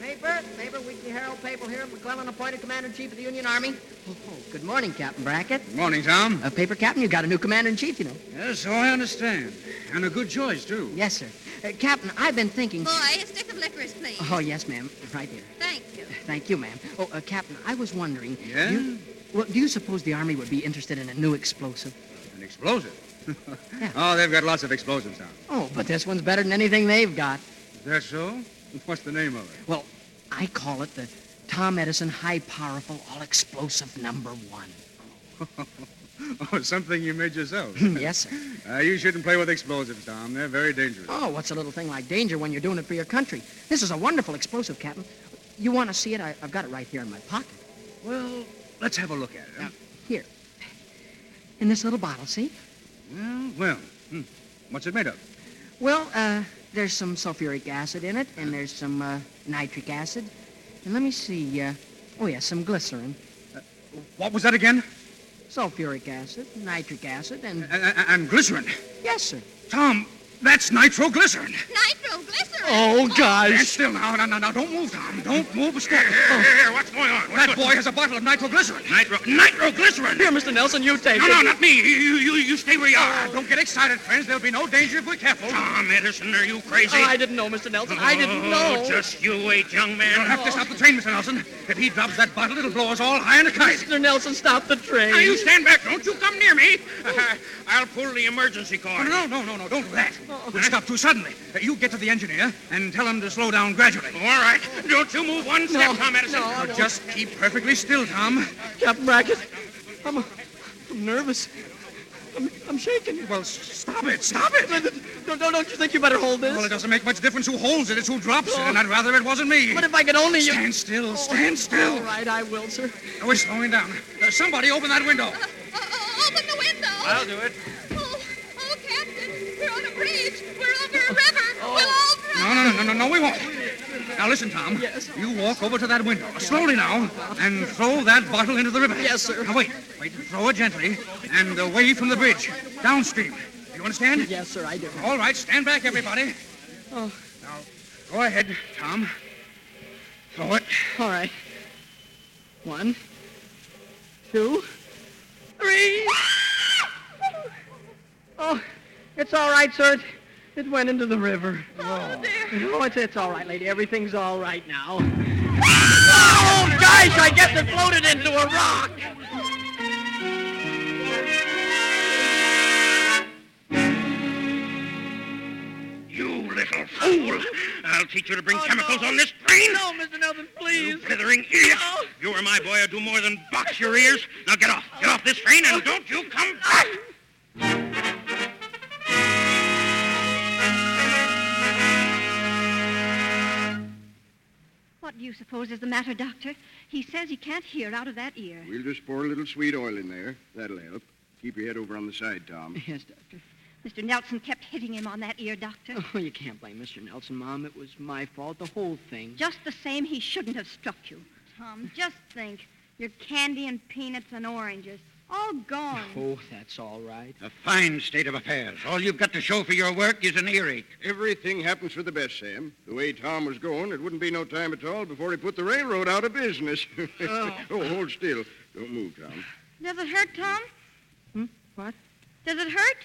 [SPEAKER 3] Paper, paper, Weekly Herald, paper here. McClellan appointed Commander-in-Chief of the Union Army. Oh, oh, good morning, Captain Brackett.
[SPEAKER 5] Morning, Tom.
[SPEAKER 3] Uh, paper, Captain, you got a new Commander-in-Chief, you know.
[SPEAKER 5] Yes, so I understand. And a good choice, too.
[SPEAKER 3] Yes, sir. Uh, Captain, I've been thinking...
[SPEAKER 14] Boy, a stick of licorice, please.
[SPEAKER 3] Oh, yes, ma'am. Right there.
[SPEAKER 14] Thank you.
[SPEAKER 3] Thank you, ma'am. Oh, uh, Captain, I was wondering...
[SPEAKER 5] Yeah?
[SPEAKER 3] You, well, do you suppose the Army would be interested in a new explosive?
[SPEAKER 5] An explosive. Oh, they've got lots of explosives, Tom.
[SPEAKER 3] [LAUGHS] Oh, but this one's better than anything they've got.
[SPEAKER 5] Is that so? What's the name of it? [LAUGHS]
[SPEAKER 3] Well, I call it the Tom Edison High Powerful All Explosive Number
[SPEAKER 5] [LAUGHS]
[SPEAKER 3] One.
[SPEAKER 5] Oh, something you made
[SPEAKER 3] [LAUGHS]
[SPEAKER 5] yourself.
[SPEAKER 3] yes, sir.
[SPEAKER 5] Uh, you shouldn't play with explosives, Tom. They're very dangerous.
[SPEAKER 3] Oh, what's a little thing like danger when you're doing it for your country? This is a wonderful explosive, Captain. You want to see it? I, I've got it right here in my pocket.
[SPEAKER 5] Well, let's have a look at it. huh?
[SPEAKER 3] Here. In this little bottle, see?
[SPEAKER 5] Well, well. Hmm. What's it made of?
[SPEAKER 3] Well, uh, there's some sulfuric acid in it, and there's some uh, nitric acid. And let me see. Uh, oh, yeah, some glycerin.
[SPEAKER 5] What was that again?
[SPEAKER 3] Sulfuric acid, nitric acid, and.
[SPEAKER 5] A- a- and glycerin.
[SPEAKER 3] yes, sir.
[SPEAKER 5] Tom, that's nitroglycerin.
[SPEAKER 14] Nitroglycerin.
[SPEAKER 15] Oh,
[SPEAKER 3] Oh,
[SPEAKER 5] Stand still now. No, no, no. Don't move, Tom. Don't move a step.
[SPEAKER 9] Here, what's going on?
[SPEAKER 5] That boy has a bottle of nitroglycerin.
[SPEAKER 9] Nitro- nitroglycerin.
[SPEAKER 3] Here, Mr. Nelson, you take
[SPEAKER 9] No, no, not me. You, you, you stay where you
[SPEAKER 5] Ah,
[SPEAKER 9] are.
[SPEAKER 5] don't get excited, friends. There'll be no danger if we're careful.
[SPEAKER 9] Tom Edison, are you crazy?
[SPEAKER 5] Oh,
[SPEAKER 3] didn't know, Mr. Nelson.
[SPEAKER 9] Oh, just you wait, young man.
[SPEAKER 5] You'll have to stop the train, Mr. Nelson. If he drops that bottle, it'll blow us all high in a kite.
[SPEAKER 3] Nelson, stop the train.
[SPEAKER 9] Now, you stand back. Don't you come near me. I'll pull the emergency cord.
[SPEAKER 5] Oh, No, no, no, no, no. Don't do that.
[SPEAKER 15] It stopped too suddenly. Uh, You get to the engineer and tell him to slow down gradually. All right. Don't you move one
[SPEAKER 5] step, Tom Edison.
[SPEAKER 15] No,
[SPEAKER 5] I
[SPEAKER 15] now
[SPEAKER 5] won't.
[SPEAKER 15] just keep perfectly still, Tom. Captain Brackett, I'm, I'm nervous. I'm, I'm shaking. Well, s- stop it. Stop it. Don't, don't, don't you think you better hold this? Well, it doesn't make much difference who holds it. It's who drops it, and I'd rather it wasn't me.
[SPEAKER 3] But if I could only- Oh,
[SPEAKER 15] Stand still. Stand still. All right, I will, sir. Oh, it's slowing down. Uh, somebody open that
[SPEAKER 16] [LAUGHS]
[SPEAKER 15] window.
[SPEAKER 16] Open the window.
[SPEAKER 15] I'll do it.
[SPEAKER 16] Oh, oh, Captain, we're on a bridge. We're over a river. We'll
[SPEAKER 3] Oh.
[SPEAKER 16] all drown.
[SPEAKER 15] No, no, no, no, no, no, we won't. Now listen, Tom. Yes. You walk over to that window slowly now, and throw that bottle into the river. Yes, sir. Now wait, wait. Throw it gently and away from the bridge, downstream. You understand? Yes, sir. I do. All right. Stand back, everybody.
[SPEAKER 3] Oh.
[SPEAKER 15] Now, go ahead, Tom. Throw it.
[SPEAKER 3] All right. One, two, three. Oh, it's all right, sir. It, it went into the river. Oh, dear. Oh, it's, it's all right, lady. Everything's all right now. Oh, gosh, I guess it floated into a rock.
[SPEAKER 9] You little fool! I'll teach you to bring chemicals on this train!
[SPEAKER 3] No, Mr. Nelson, please.
[SPEAKER 9] You blithering idiot! If you were my boy, I'd do more than box your ears. Now get off. Get off this train and don't you come back!
[SPEAKER 7] What do you suppose is the matter, Doctor? He says he can't hear out of that ear.
[SPEAKER 17] We'll just pour a little sweet oil in there. That'll help. Keep your head over on the side, Tom.
[SPEAKER 3] [LAUGHS] Yes, Doctor.
[SPEAKER 7] Mr. Nelson kept hitting him on that ear, Doctor.
[SPEAKER 3] Oh, you can't blame Mr. Nelson, Mom. It was my fault, the whole thing.
[SPEAKER 7] Just the same, he shouldn't have struck you.
[SPEAKER 4] Tom, just think. Your candy and peanuts and oranges. All gone.
[SPEAKER 3] Oh, that's all right.
[SPEAKER 5] A fine state of affairs. All you've got to show for your work is an earache.
[SPEAKER 17] Everything happens for the best, Sam. The way Tom was going, it wouldn't be no time at all before he put the railroad out of business. [LAUGHS] oh. hold still. Don't move, Tom.
[SPEAKER 4] Does it hurt, Tom?
[SPEAKER 3] Hmm? What?
[SPEAKER 4] Does it hurt?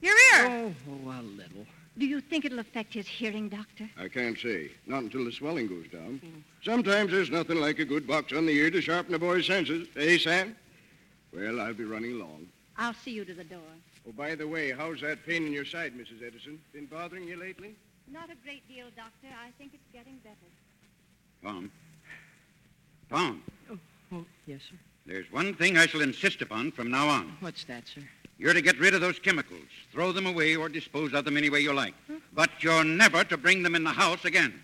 [SPEAKER 7] Your
[SPEAKER 3] Oh, oh, a little.
[SPEAKER 7] Do you think it'll affect his hearing, Doctor?
[SPEAKER 17] I can't say. Not until the swelling goes down. Sometimes there's nothing like a good box on the ear to sharpen a boy's senses. Eh, Sam? Well, I'll be running along.
[SPEAKER 7] I'll see you to the door.
[SPEAKER 17] Oh, by the way, how's that pain in your side, Mrs. Edison? Been bothering you lately?
[SPEAKER 7] Not a great deal, Doctor. I think it's getting better.
[SPEAKER 5] Tom. Tom,
[SPEAKER 3] Oh, yes, sir.
[SPEAKER 5] there's one thing I shall insist upon from now on.
[SPEAKER 3] What's that, sir?
[SPEAKER 5] You're to get rid of those chemicals, throw them away, or dispose of them any way you like. But you're never to bring them in the house again.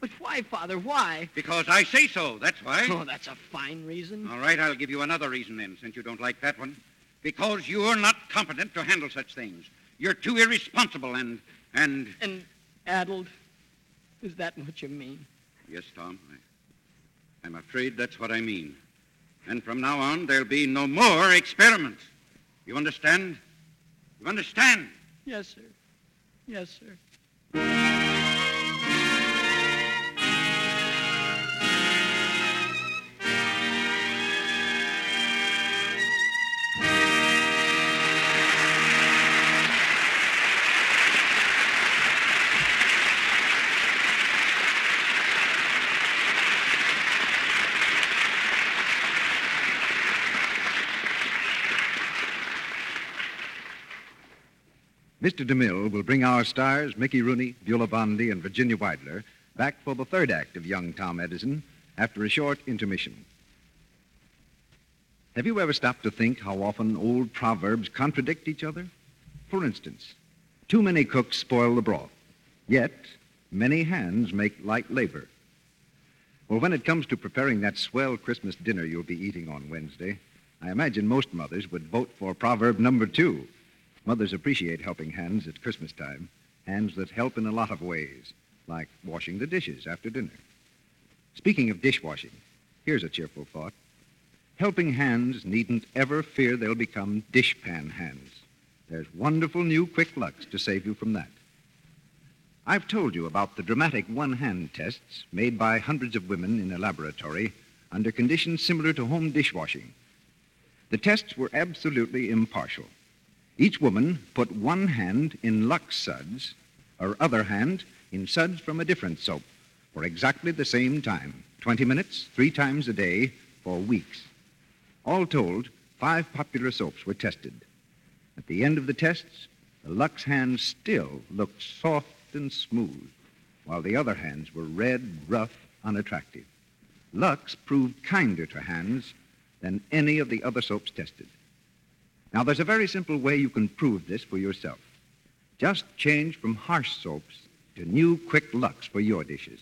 [SPEAKER 3] But why, Father? Why?
[SPEAKER 5] Because I say so, that's why.
[SPEAKER 3] Oh, that's a [LAUGHS] fine reason.
[SPEAKER 5] All right, I'll give you another reason then, since you don't like that one. Because you're not competent to handle such things. You're too irresponsible and. and.
[SPEAKER 3] And addled. Is that what you mean?
[SPEAKER 5] Yes, Tom, I, I'm afraid that's what I mean. And from now on, there'll be no more experiments. You understand? You understand?
[SPEAKER 3] Yes, sir. Yes, sir.
[SPEAKER 10] Mr. DeMille will bring our stars, Mickey Rooney, Beulah Bondi, and Virginia Weidler, back for the third act of Young Tom Edison after a short intermission. Have you ever stopped to think how often old proverbs contradict each other? For instance, too many cooks spoil the broth, yet many hands make light labor. Well, when it comes to preparing that swell Christmas dinner you'll be eating on Wednesday, I imagine most mothers would vote for proverb number two. Mothers appreciate helping hands at Christmas time, hands that help in a lot of ways, like washing the dishes after dinner. Speaking of dishwashing, here's a cheerful thought. Helping hands needn't ever fear they'll become dishpan hands. There's wonderful new Quick Lux to save you from that. I've told you about the dramatic one-hand tests made by hundreds of women in a laboratory under conditions similar to home dishwashing. The tests were absolutely impartial. Each woman put one hand in Lux suds, her other hand in suds from a different soap for exactly the same time 20 minutes, three times a day, for weeks. All told, five popular soaps were tested. At the end of the tests, The Lux hand still looked soft and smooth, while the other hands were red, rough, unattractive. Lux proved kinder to hands than any of the other soaps tested. Now, there's a very simple way you can prove this for yourself. Just change from harsh soaps to new Quick Lux for your dishes.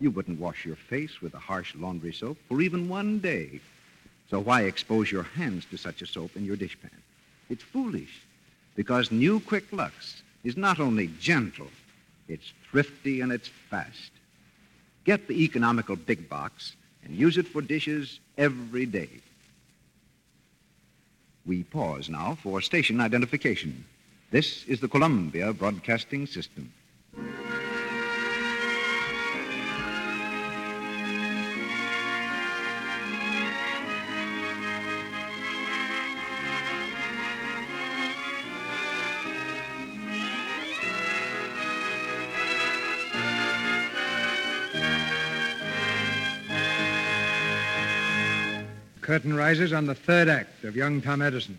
[SPEAKER 10] You wouldn't wash your face with a harsh laundry soap for even one day. So why expose your hands to such a soap in your dishpan? It's foolish, because new Quick Lux is not only gentle, it's thrifty and it's fast. Get the economical big box and use it for dishes every day. We pause now for station identification. This is the Columbia Broadcasting System.
[SPEAKER 1] Curtain rises on the third act of Young Tom Edison.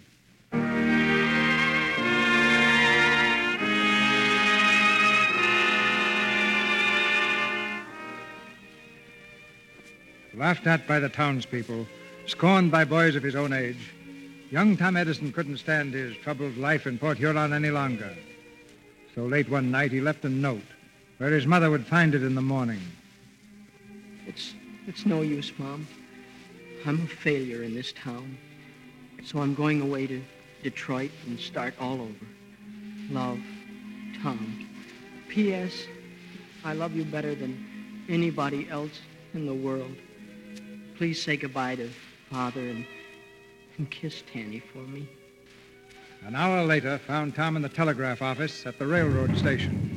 [SPEAKER 1] Laughed at by the townspeople, scorned by boys of his own age, young Tom Edison couldn't stand his troubled life in Port Huron any longer. So late one night, he left a note where his mother would find it in the morning.
[SPEAKER 3] It's, it's no use, Mom. I'm a failure in this town. So I'm going away to Detroit and start all over. Love, Tom. P.S. I love you better than anybody else in the world. Please say goodbye to Father and, and kiss Tanny for me.
[SPEAKER 1] An hour later, found Tom in the telegraph office at the railroad station.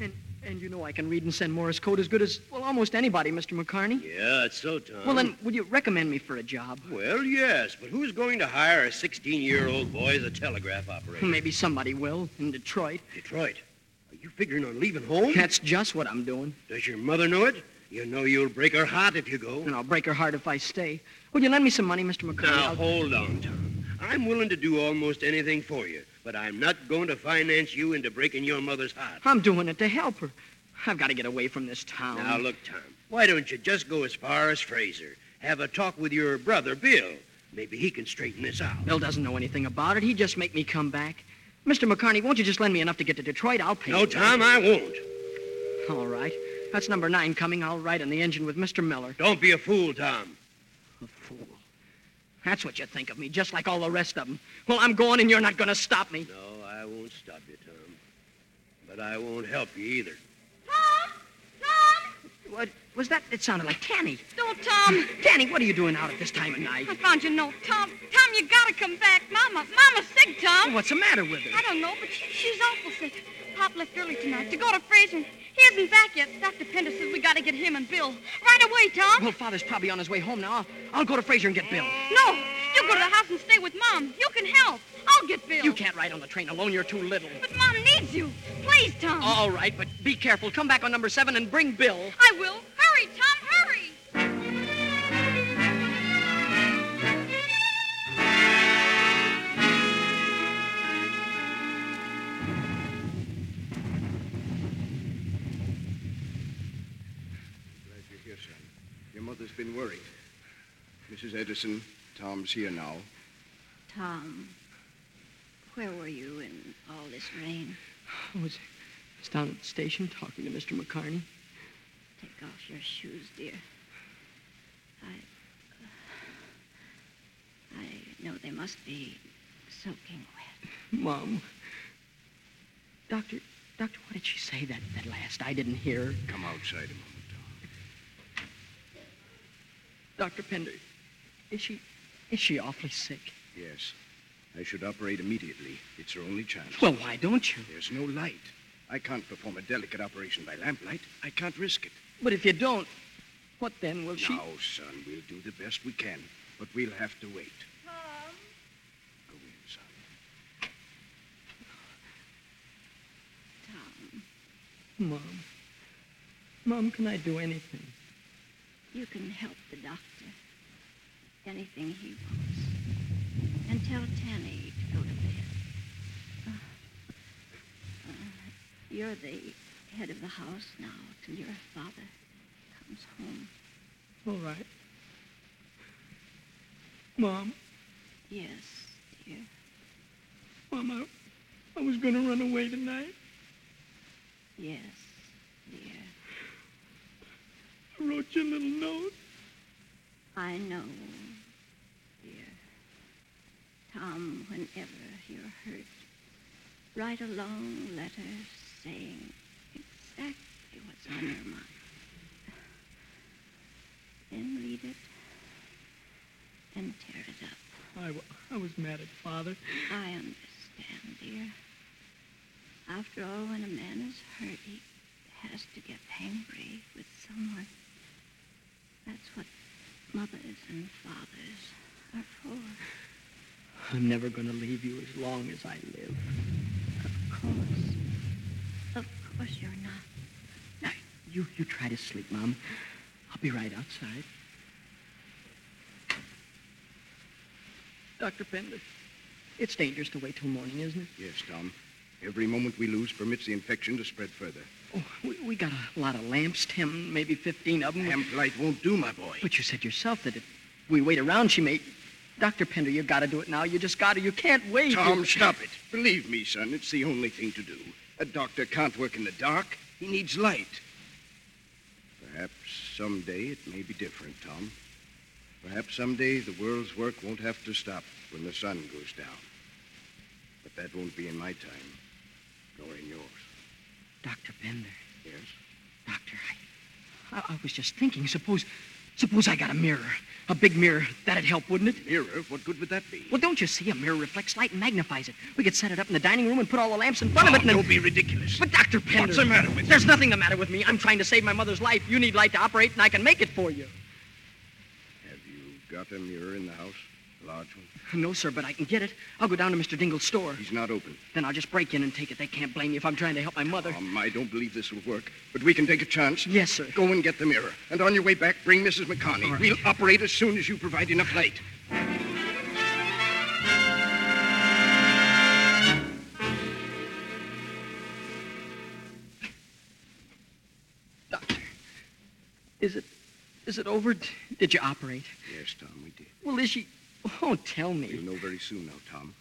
[SPEAKER 3] And, and you know I can read and send Morse code as good as, well, almost anybody, Mr. McCarney.
[SPEAKER 8] Yeah, that's so, Tom.
[SPEAKER 3] Well, then, would you recommend me for a job?
[SPEAKER 8] Well, yes, but who's going to hire a 16-year-old boy as a telegraph operator?
[SPEAKER 3] Maybe somebody will in Detroit.
[SPEAKER 8] Detroit. Are you figuring on leaving home?
[SPEAKER 3] That's just what I'm doing.
[SPEAKER 8] Does your mother know it? You know you'll break her heart if you go.
[SPEAKER 3] And I'll break her heart if I stay. Will you lend me some money, Mr. McCarney?
[SPEAKER 8] Now,
[SPEAKER 3] I'll-
[SPEAKER 8] hold on, Tom. I'm willing to do almost anything for you, but I'm not going to finance you into breaking your mother's heart.
[SPEAKER 3] I'm doing it to help her. I've got to get away from this town.
[SPEAKER 8] Now, look, Tom, why don't you just go as far as Fraser? Have a talk with your brother, Bill. Maybe he can straighten this out.
[SPEAKER 3] Bill doesn't know anything about it. He just make me come back. Mr. McCarney, won't you just lend me enough to get to Detroit? I'll pay.
[SPEAKER 8] No,
[SPEAKER 3] you.
[SPEAKER 8] Tom, I won't.
[SPEAKER 3] All right. That's number nine coming. I'll ride in the engine with Mr. Miller.
[SPEAKER 8] Don't be a fool, Tom.
[SPEAKER 3] A fool. That's what you think of me, just like all the rest of them. Well, I'm going, and you're not going to stop me.
[SPEAKER 8] No, I won't stop you, Tom. But I won't help you either.
[SPEAKER 3] What was that? It sounded like Tanny.
[SPEAKER 14] Don't, Tom.
[SPEAKER 3] Tanny, Um, what are you doing out at this time of night?
[SPEAKER 14] I found your note, Tom. Tom, you gotta come back. Mama, Mama's sick, Tom.
[SPEAKER 3] What's the matter with her?
[SPEAKER 14] I don't know, but she, she's awful sick. Pop left early tonight to go to Fraser. He isn't back yet. Dr. Pender says we gotta get him and Bill right away, Tom.
[SPEAKER 3] Well, Father's probably on his way home now. I'll, I'll go to Fraser and get Bill.
[SPEAKER 14] No, you go to the house and stay with Mom. You can help. I'll get Bill.
[SPEAKER 3] You can't ride on the train alone. You're too little.
[SPEAKER 14] But Mom needs you. Please, Tom.
[SPEAKER 3] All right, but be careful. Come back on number seven and bring Bill.
[SPEAKER 14] I will. Hurry, Tom, hurry.
[SPEAKER 17] Glad you're here, son. Your mother's been worried. Mrs. Edison, Tom's here now.
[SPEAKER 7] Tom, where were you in all this rain?
[SPEAKER 3] I was, I was down at the station talking to Mr. McCarney.
[SPEAKER 7] Take off your shoes, dear. I. I know they must be soaking wet.
[SPEAKER 3] Mom. Doctor, doctor, what did she say that, that last? I didn't hear her.
[SPEAKER 17] Come outside a moment.
[SPEAKER 3] Dr. Pender, is she, is she awfully sick?
[SPEAKER 17] Yes. I should operate immediately. It's her only chance.
[SPEAKER 3] Well, why don't you?
[SPEAKER 17] There's no light. I can't perform a delicate operation by lamplight. I can't risk it.
[SPEAKER 3] But if you don't, what then will she?
[SPEAKER 17] Now, son, we'll do the best we can, but we'll have to wait. Go in, son.
[SPEAKER 7] Tom,
[SPEAKER 3] Mom. Mom, can I do anything?
[SPEAKER 7] you can help the doctor. Anything he wants. until Tanny go to bed. Uh, uh, you're the head of the house now till your father comes home.
[SPEAKER 13] All right. Mom,
[SPEAKER 7] Yes, dear.
[SPEAKER 13] Mom, I, I was going to run away tonight.
[SPEAKER 7] Yes, dear.
[SPEAKER 13] I wrote you a little note.
[SPEAKER 7] I know, dear. Tom, whenever you're hurt, write a long letter saying exactly what's on your mind. Then read it and tear it up.
[SPEAKER 13] I, wa- I was mad at Father.
[SPEAKER 7] I understand, dear. After all, when a man is hurt, he has to get angry with someone. That's what mothers and fathers are for.
[SPEAKER 3] I'm never going to leave you as long as I live.
[SPEAKER 7] Of course you're not.
[SPEAKER 3] You, you try to sleep, Mom. I'll be right outside. Dr. Pender, it's dangerous to wait till morning, isn't it?
[SPEAKER 17] Yes, Tom. Every moment we lose permits the infection to
[SPEAKER 13] [LAUGHS]
[SPEAKER 17] spread further.
[SPEAKER 3] Oh, We, we got a lot of lamps, Tim, maybe 15 of them. Lamp light won't do, my boy. But you said yourself that if we wait around, she may... Dr. Pender, you got to do it now. You just got to. You can't wait.
[SPEAKER 17] Tom,
[SPEAKER 3] You-
[SPEAKER 17] stop it. Believe me, son, it's the only thing to do. A doctor can't work in the dark. He needs light. Perhaps someday it may be different, Tom. Perhaps someday the world's work won't have to stop when the sun goes down. But that won't be in my time, nor in yours.
[SPEAKER 3] Dr. Bender.
[SPEAKER 17] Yes?
[SPEAKER 3] I, I was just thinking. Suppose, suppose I got a mirror, a big mirror. That'd help, wouldn't it?
[SPEAKER 17] Mirror? What good would that be?
[SPEAKER 3] Well, don't you see? A mirror reflects light and magnifies it. We could set it up in the dining room and put all the lamps in front of it. And
[SPEAKER 18] don't be ridiculous.
[SPEAKER 3] But Doctor Pender,
[SPEAKER 18] What's the matter with you?
[SPEAKER 3] There's nothing the matter with me. I'm trying to save my mother's life. You need light to operate, and I can make it for you.
[SPEAKER 17] You've got a mirror in the house? A large one?
[SPEAKER 3] No, sir, but I can get it. I'll go down to Mr. Dingle's store.
[SPEAKER 17] He's not open.
[SPEAKER 3] Then I'll just break in and take it. They can't blame me if I'm trying to help my mother.
[SPEAKER 17] Tom, Um, I don't believe this will work, but we can take a chance.
[SPEAKER 3] Yes, sir.
[SPEAKER 17] Go and get the mirror, and on your way back, bring Mrs. McConney. We'll operate as soon as you provide enough light.
[SPEAKER 3] Is it, is it over? D- Did you operate?
[SPEAKER 17] Yes, Tom, we did.
[SPEAKER 3] Well, is she? Oh, tell me.
[SPEAKER 17] You'll know very soon now, Tom.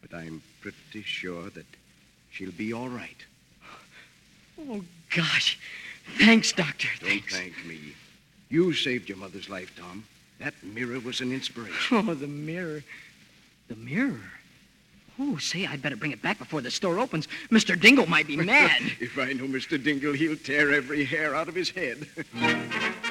[SPEAKER 17] But I'm pretty sure that she'll be all right.
[SPEAKER 3] Oh, gosh. Thanks, Doctor.
[SPEAKER 17] Don't thank me. You saved your mother's life, Tom. That mirror was an inspiration.
[SPEAKER 3] Oh, the mirror. The mirror. Oh, say, I'd better bring it back before the store opens. Mr. Dingle might [LAUGHS]
[SPEAKER 17] [LAUGHS]
[SPEAKER 3] be mad.
[SPEAKER 17] if I know Mr. Dingle, he'll tear every hair out of his head. [LAUGHS]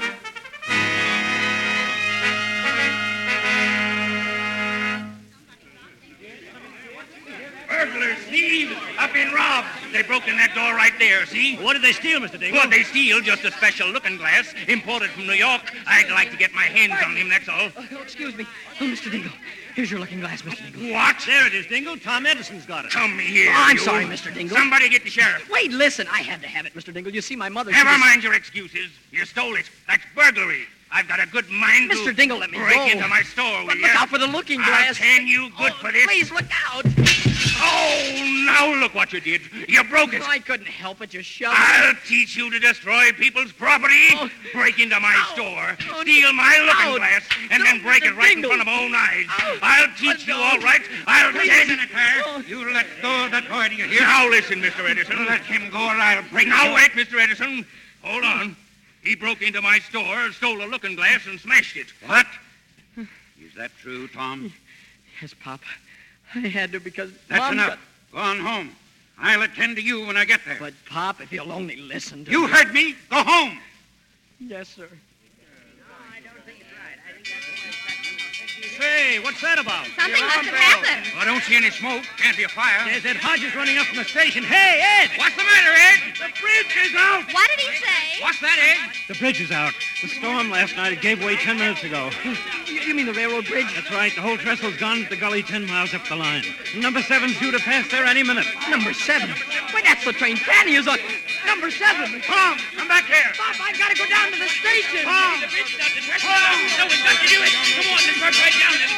[SPEAKER 15] Burglars, thieves, up and robbed. They broke in that door right there, see? What did they steal, Mr. Dingle? Well, they steal just a special looking glass imported from New York. I'd like to get my hands on him, that's all.
[SPEAKER 3] Oh, excuse me. Oh, Mr. Dingle. Here's your looking glass, Mr. Dingle.
[SPEAKER 15] What?
[SPEAKER 3] There it is, Dingle. Tom Edison's got it.
[SPEAKER 15] Come here,
[SPEAKER 3] Oh, I'm
[SPEAKER 15] you.
[SPEAKER 3] sorry, Mr. Dingle.
[SPEAKER 15] Somebody get the sheriff.
[SPEAKER 3] Wait, listen. I had to have it, Mr. Dingle. You see, my mother. she
[SPEAKER 15] Never
[SPEAKER 3] was-
[SPEAKER 15] mind your excuses. You stole it. That's burglary. I've got a good mind to
[SPEAKER 3] Mr. Dingle, let me
[SPEAKER 15] break
[SPEAKER 3] go.
[SPEAKER 15] into my store. Will
[SPEAKER 3] But
[SPEAKER 15] you?
[SPEAKER 3] look out for the looking glass. Oh,
[SPEAKER 15] I'll tan you good for this.
[SPEAKER 3] Please look out.
[SPEAKER 15] Oh, now look what you did. You broke it.
[SPEAKER 3] Oh, I couldn't help it. Oh, You shoved
[SPEAKER 15] I'll teach you to destroy people's property, break into my store,
[SPEAKER 3] Oh,
[SPEAKER 15] steal my looking glass, and then break it right in front of my own eyes. I'll teach you, all right. I'll take in a car. You let go of that boy, do you hear? Now listen, Mr. Edison. Let him go or I'll break Now wait, Mr. Edison. Hold on. He broke into my store, stole a looking glass, and smashed it. What?
[SPEAKER 5] Is that true, Tom?
[SPEAKER 3] [LAUGHS] Yes, Pop. I had to because.
[SPEAKER 5] That's
[SPEAKER 3] Mom
[SPEAKER 5] enough.
[SPEAKER 3] got-
[SPEAKER 5] Go on home. I'll attend to you when I get there.
[SPEAKER 3] But, Pop, if you'll only listen to
[SPEAKER 5] You
[SPEAKER 3] me.
[SPEAKER 5] heard me. Go home.
[SPEAKER 3] Yes, sir.
[SPEAKER 15] Say, what's that about?
[SPEAKER 12] Something must have happened.
[SPEAKER 15] I Oh, don't see any smoke. Can't be a fire. There's Ed Hodges running up from the station.
[SPEAKER 12] Hey, Ed!
[SPEAKER 15] What's the matter, Ed? The bridge is out!
[SPEAKER 12] What did he say?
[SPEAKER 15] What's that, Ed?
[SPEAKER 19] The bridge is out. The storm last night, it gave way ten minutes ago.
[SPEAKER 3] You mean the railroad bridge?
[SPEAKER 19] That's right. The whole trestle's gone at the gully ten miles up the line. Number seven's due to pass there any minute.
[SPEAKER 3] Number seven? Why, that's the train Fanny is on. Number seven.
[SPEAKER 15] Tom, come back here.
[SPEAKER 3] Pop, I've got to go down to the station.
[SPEAKER 15] Tom!
[SPEAKER 20] Oh.
[SPEAKER 15] Tom! So we've got to do it. Come on, let's work right down. This.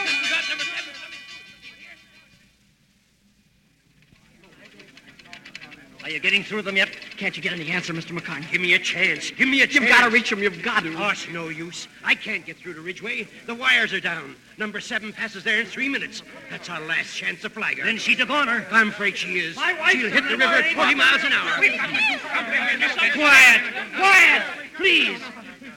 [SPEAKER 3] Are you getting through them yet? Can't you get any answer, Mr. McCartney?
[SPEAKER 8] Give me a chance. Give me a chance.
[SPEAKER 3] You've got to reach them. You've got to.
[SPEAKER 8] Oh, it's no use. I can't get through to Ridgeway. The wires are down. Number seven passes there in three minutes. That's our last chance to flag her. Then she's a goner. I'm afraid she is.
[SPEAKER 21] My wife's
[SPEAKER 8] She'll hit the
[SPEAKER 21] a
[SPEAKER 8] river at
[SPEAKER 21] goner.
[SPEAKER 8] 40 miles an hour.
[SPEAKER 21] We've got to do something.
[SPEAKER 8] Quiet! Quiet! Please!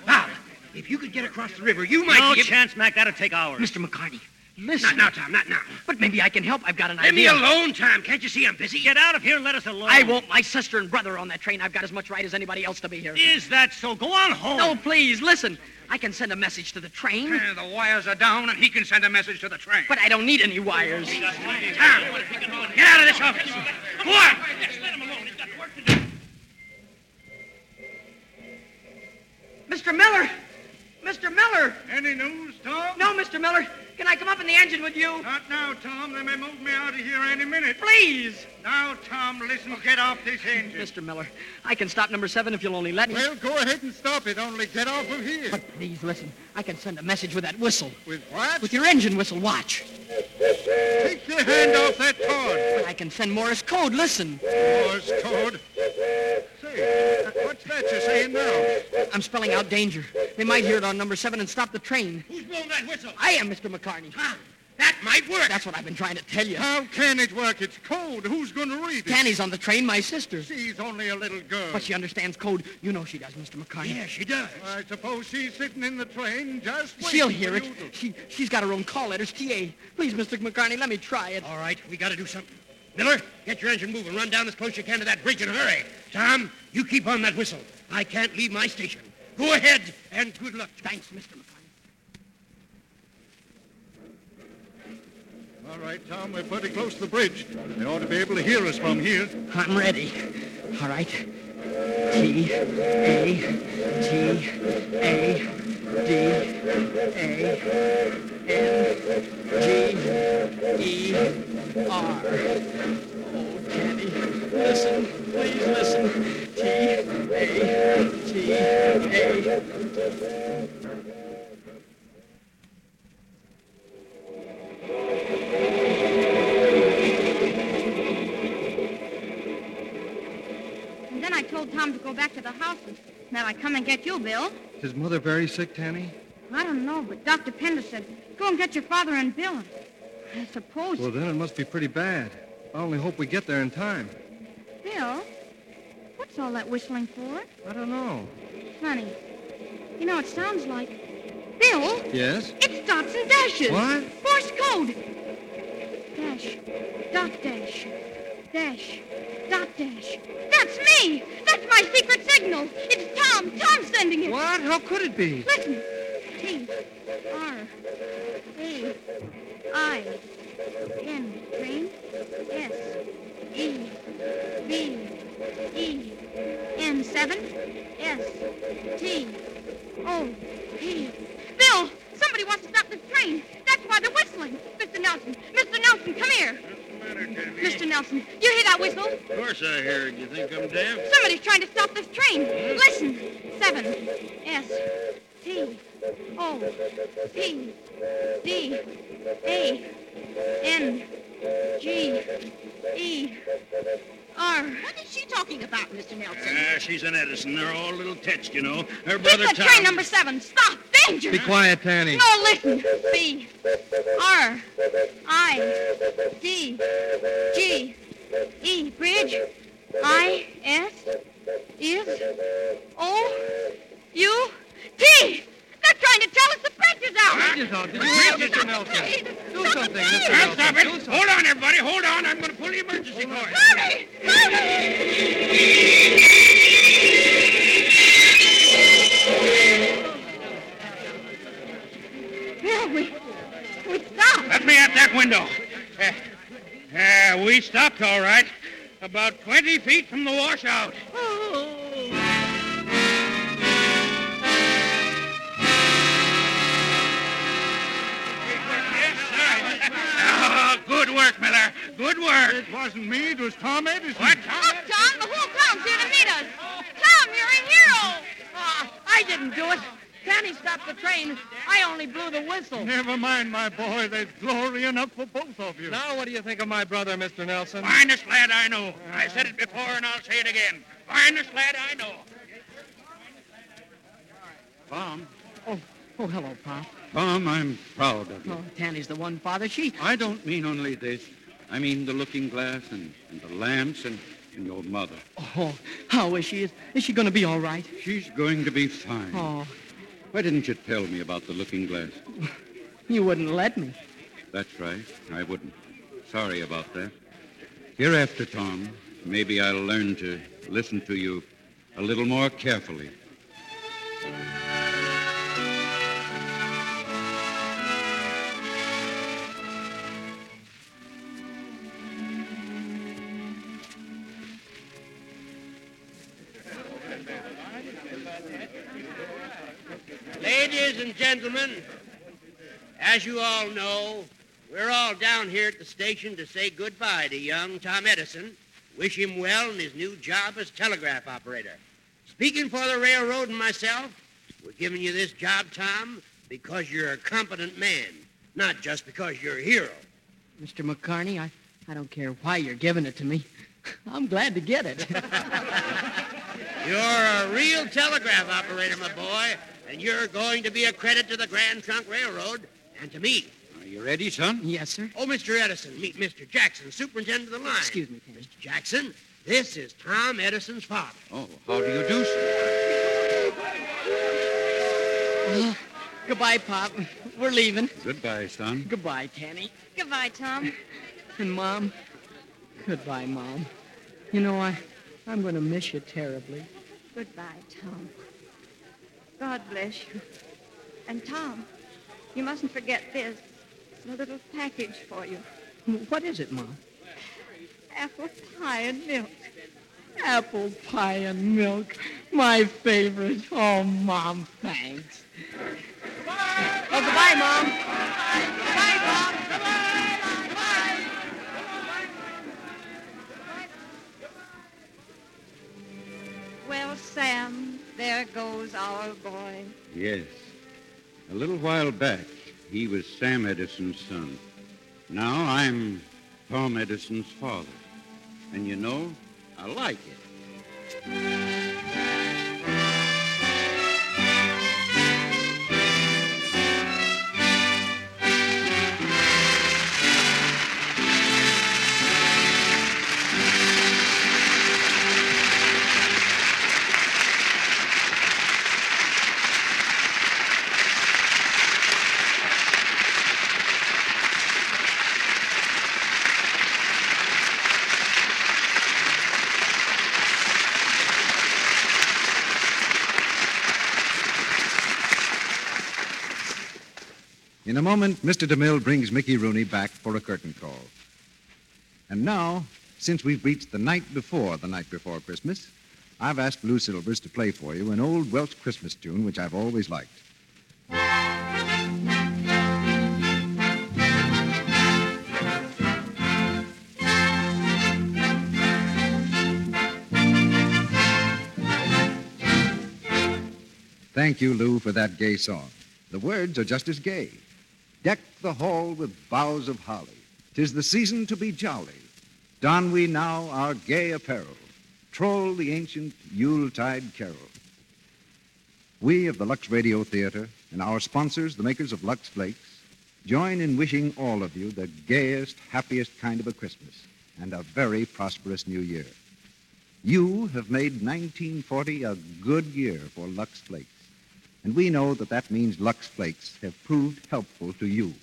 [SPEAKER 8] Pop, if you could get across the river, you might
[SPEAKER 20] no
[SPEAKER 8] be... able-
[SPEAKER 20] chance, Mac. That'll take hours.
[SPEAKER 3] Mr. McCartney,
[SPEAKER 8] Not now, Tom. Not now.
[SPEAKER 3] But maybe I can help. I've got an
[SPEAKER 8] Let me
[SPEAKER 3] idea.
[SPEAKER 8] alone, Tom. Can't you see I'm busy? Get
[SPEAKER 20] out of here and let us alone.
[SPEAKER 3] I won't. My sister and brother are on that train. I've got as much right as anybody else to be here.
[SPEAKER 20] Is that so? Go on home.
[SPEAKER 3] No, please, listen. I can send a message to the train.
[SPEAKER 15] the wires are down, and he can send a message to the train.
[SPEAKER 3] But I don't need any wires.
[SPEAKER 15] Get out of this office. Go on.
[SPEAKER 3] Mr. Miller! Mr. Miller!
[SPEAKER 15] Any news, Tom?
[SPEAKER 3] No, Mr. Miller. Can I come up in the engine with you?
[SPEAKER 15] Not now, Tom. They may move me out of here any minute.
[SPEAKER 3] Please!
[SPEAKER 15] Now, Tom, listen. Get off this engine.
[SPEAKER 3] Mr. Miller, I can stop number seven if you'll only let me.
[SPEAKER 15] Well, go ahead and stop it. Only get off of here.
[SPEAKER 3] But please listen. I can send a message with that whistle.
[SPEAKER 15] With what?
[SPEAKER 3] With your engine whistle. Watch.
[SPEAKER 15] Take your hand off that cord.
[SPEAKER 3] But I can send Morse code. Listen.
[SPEAKER 15] Morse code. Say, what's that you're saying now?
[SPEAKER 3] I'm spelling out danger. They might hear it on number seven and stop the train.
[SPEAKER 15] Who's blowing that whistle?
[SPEAKER 3] I am Mr. McCartney.
[SPEAKER 15] That might work.
[SPEAKER 3] That's what I've been trying to tell you.
[SPEAKER 15] How can it work? It's cold. Who's going to read it?
[SPEAKER 3] Danny's on the train, my sister.
[SPEAKER 15] She's only a little girl.
[SPEAKER 3] But she understands code. You know she does, Mr. McCartney.
[SPEAKER 8] Yeah, she does.
[SPEAKER 15] I suppose she's sitting in the train just waiting
[SPEAKER 3] She'll
[SPEAKER 15] for
[SPEAKER 3] hear it.
[SPEAKER 15] you to-
[SPEAKER 3] She, she's got her own call letters, TA. Please, Mr. McCartney, let me try it.
[SPEAKER 8] All right, we got to do something. Miller, get your engine moving. Run down as close as you can to that bridge and hurry. Tom, you keep on that whistle. I can't leave my station. Go ahead and good luck. Thanks, Mr. McCartney.
[SPEAKER 22] All right, Tom, we're pretty close to the bridge. They ought to be able to hear us from here.
[SPEAKER 3] I'm ready. All right. T, A, T, A, D, A, N, G, E, R. Oh, Kenny, listen. Please listen. T, A, T, A.
[SPEAKER 2] And then I told Tom to go back to the house. and Now I come and get you, Bill.
[SPEAKER 1] Is Mother very sick, Tanny?
[SPEAKER 2] I don't know, but Dr. Pender said, go and get your father and Bill. I suppose.
[SPEAKER 1] Well, then it must be pretty bad. I only hope we get there in time.
[SPEAKER 2] Bill? What's all that whistling for?
[SPEAKER 1] I don't know.
[SPEAKER 2] Funny. You know, it sounds like. Bill?
[SPEAKER 1] Yes?
[SPEAKER 2] It stops and dashes.
[SPEAKER 1] What?
[SPEAKER 2] Morse code. Dash. Dot dash. Dash. Dot dash. That's me. That's my secret signal. It's Tom. Tom's sending it.
[SPEAKER 1] What? How could it be?
[SPEAKER 2] Listen. T. R. A. I. N. Train. S. E. B. E. N. Seven. S. T. O. P. Bill, somebody wants to stop this train. That's why they're whistling. Mr. Nelson, Mr. Nelson, come here. Mr. Nelson, you hear that whistle?
[SPEAKER 9] Of course I heard. You think I'm deaf?
[SPEAKER 2] Somebody's trying to stop this train. Listen. Seven. S. T. O. P. D. A. N. G. E. R.
[SPEAKER 4] What is she talking about, Mr. Nelson?
[SPEAKER 9] Ah, she's an Edison. They're all little touched, you know. Her
[SPEAKER 2] Get
[SPEAKER 9] brother
[SPEAKER 2] that
[SPEAKER 9] Tom.
[SPEAKER 2] train number seven. Stop. Danger.
[SPEAKER 1] Be quiet, Tanny.
[SPEAKER 2] No, listen. B. R. I. D. G. E. Bridge. I. S. Is. O. U. T. They're trying to tell us the bridge is out.
[SPEAKER 21] Bridge is out. Did you read it, Mr. Nelson?
[SPEAKER 2] Do something, Mr.
[SPEAKER 21] I'll stop it.
[SPEAKER 9] Hold on, everybody. Hold on. I'm going to pull the emergency cord.
[SPEAKER 2] Hurry! Bill, we, we stopped.
[SPEAKER 9] Let me out that window. Eh, eh, we stopped, all right. About 20 feet from the washout. Oh, good work, Miller. Good work. It wasn't me. It was Tom Edison. What?
[SPEAKER 2] Look, Tom, the whole town's here to meet us. Tom, you're a hero.
[SPEAKER 3] I didn't do it. That Johnny stopped the train. I only blew the whistle.
[SPEAKER 23] Never mind, my boy. There's glory enough for both of you.
[SPEAKER 24] Now, what do you think of my brother, Mr. Nelson?
[SPEAKER 15] Finest lad I know. I said it before and I'll say it again. Finest lad I know.
[SPEAKER 5] Mom.
[SPEAKER 3] Oh, oh, hello, Pop.
[SPEAKER 5] Mom, I'm proud of you.
[SPEAKER 3] Oh, Tanny's the one father. She.
[SPEAKER 5] I don't mean only this. I mean the looking glass and, and the lamps and, and your mother.
[SPEAKER 3] Oh, how is she? Is, is she going to be all right?
[SPEAKER 5] She's going to be fine.
[SPEAKER 3] Oh,
[SPEAKER 5] Why didn't you tell me about the looking glass?
[SPEAKER 3] you wouldn't let me.
[SPEAKER 5] That's right. I wouldn't. Sorry about that. Hereafter, Tom, maybe I'll learn to listen to you a little more carefully.
[SPEAKER 8] Ladies and gentlemen, as you all know, we're all down here at the station to say goodbye to young Tom Edison, wish him well in his new job as telegraph operator. Speaking for the railroad and myself, we're giving you this job, Tom, because you're a competent man, not just because you're a hero.
[SPEAKER 3] Mr. McCarney, I, I don't care why you're giving it to me. I'm glad to get
[SPEAKER 8] [LAUGHS]
[SPEAKER 3] it.
[SPEAKER 8] You're a real telegraph operator, my boy, and you're going to be a credit to the Grand Trunk Railroad and to me.
[SPEAKER 5] Are you ready, son?
[SPEAKER 3] Yes, sir.
[SPEAKER 8] Oh, Mr. Edison, meet Mr. Jackson, superintendent of the line.
[SPEAKER 3] Excuse me, Tanny.
[SPEAKER 8] Mr. Jackson, this is Tom Edison's father.
[SPEAKER 5] Oh, how do you do, sir?
[SPEAKER 3] Uh, goodbye, Pop. We're leaving.
[SPEAKER 5] Goodbye, son.
[SPEAKER 3] Goodbye, Tanny.
[SPEAKER 14] Goodbye, Tom.
[SPEAKER 3] And Mom. Goodbye, Mom. You know, I, I'm going to miss you terribly.
[SPEAKER 7] Goodbye, Tom. God bless you. And Tom, you mustn't forget this. It's a little package for you.
[SPEAKER 3] What is it, Mom?
[SPEAKER 7] Apple pie and milk.
[SPEAKER 3] Apple pie and milk. My favorite. Oh, Mom, thanks.
[SPEAKER 8] Oh, goodbye, Mom.
[SPEAKER 7] Well, Sam, there goes our boy.
[SPEAKER 5] Yes. A little while back, he was Sam Edison's son. Now I'm Tom Edison's father. And you know, I like it.
[SPEAKER 10] In a moment, Mr. DeMille brings Mickey Rooney back for a curtain call. And now, since we've reached the night before the night before Christmas, I've asked Lou Silvers to play for you an old Welsh Christmas tune which I've always liked. Thank you, Lou, for that gay song. The words are just as gay. Deck the hall with boughs of holly. Tis the season to be jolly. Don we now our gay apparel. Troll the ancient Yuletide carol. We of the Lux Radio Theater and our sponsors, the makers of Lux Flakes, join in wishing all of you the gayest, happiest kind of a Christmas and a very prosperous new year. You have made 1940 a good year for Lux Flakes. And we know that that means Lux Flakes have proved helpful to you.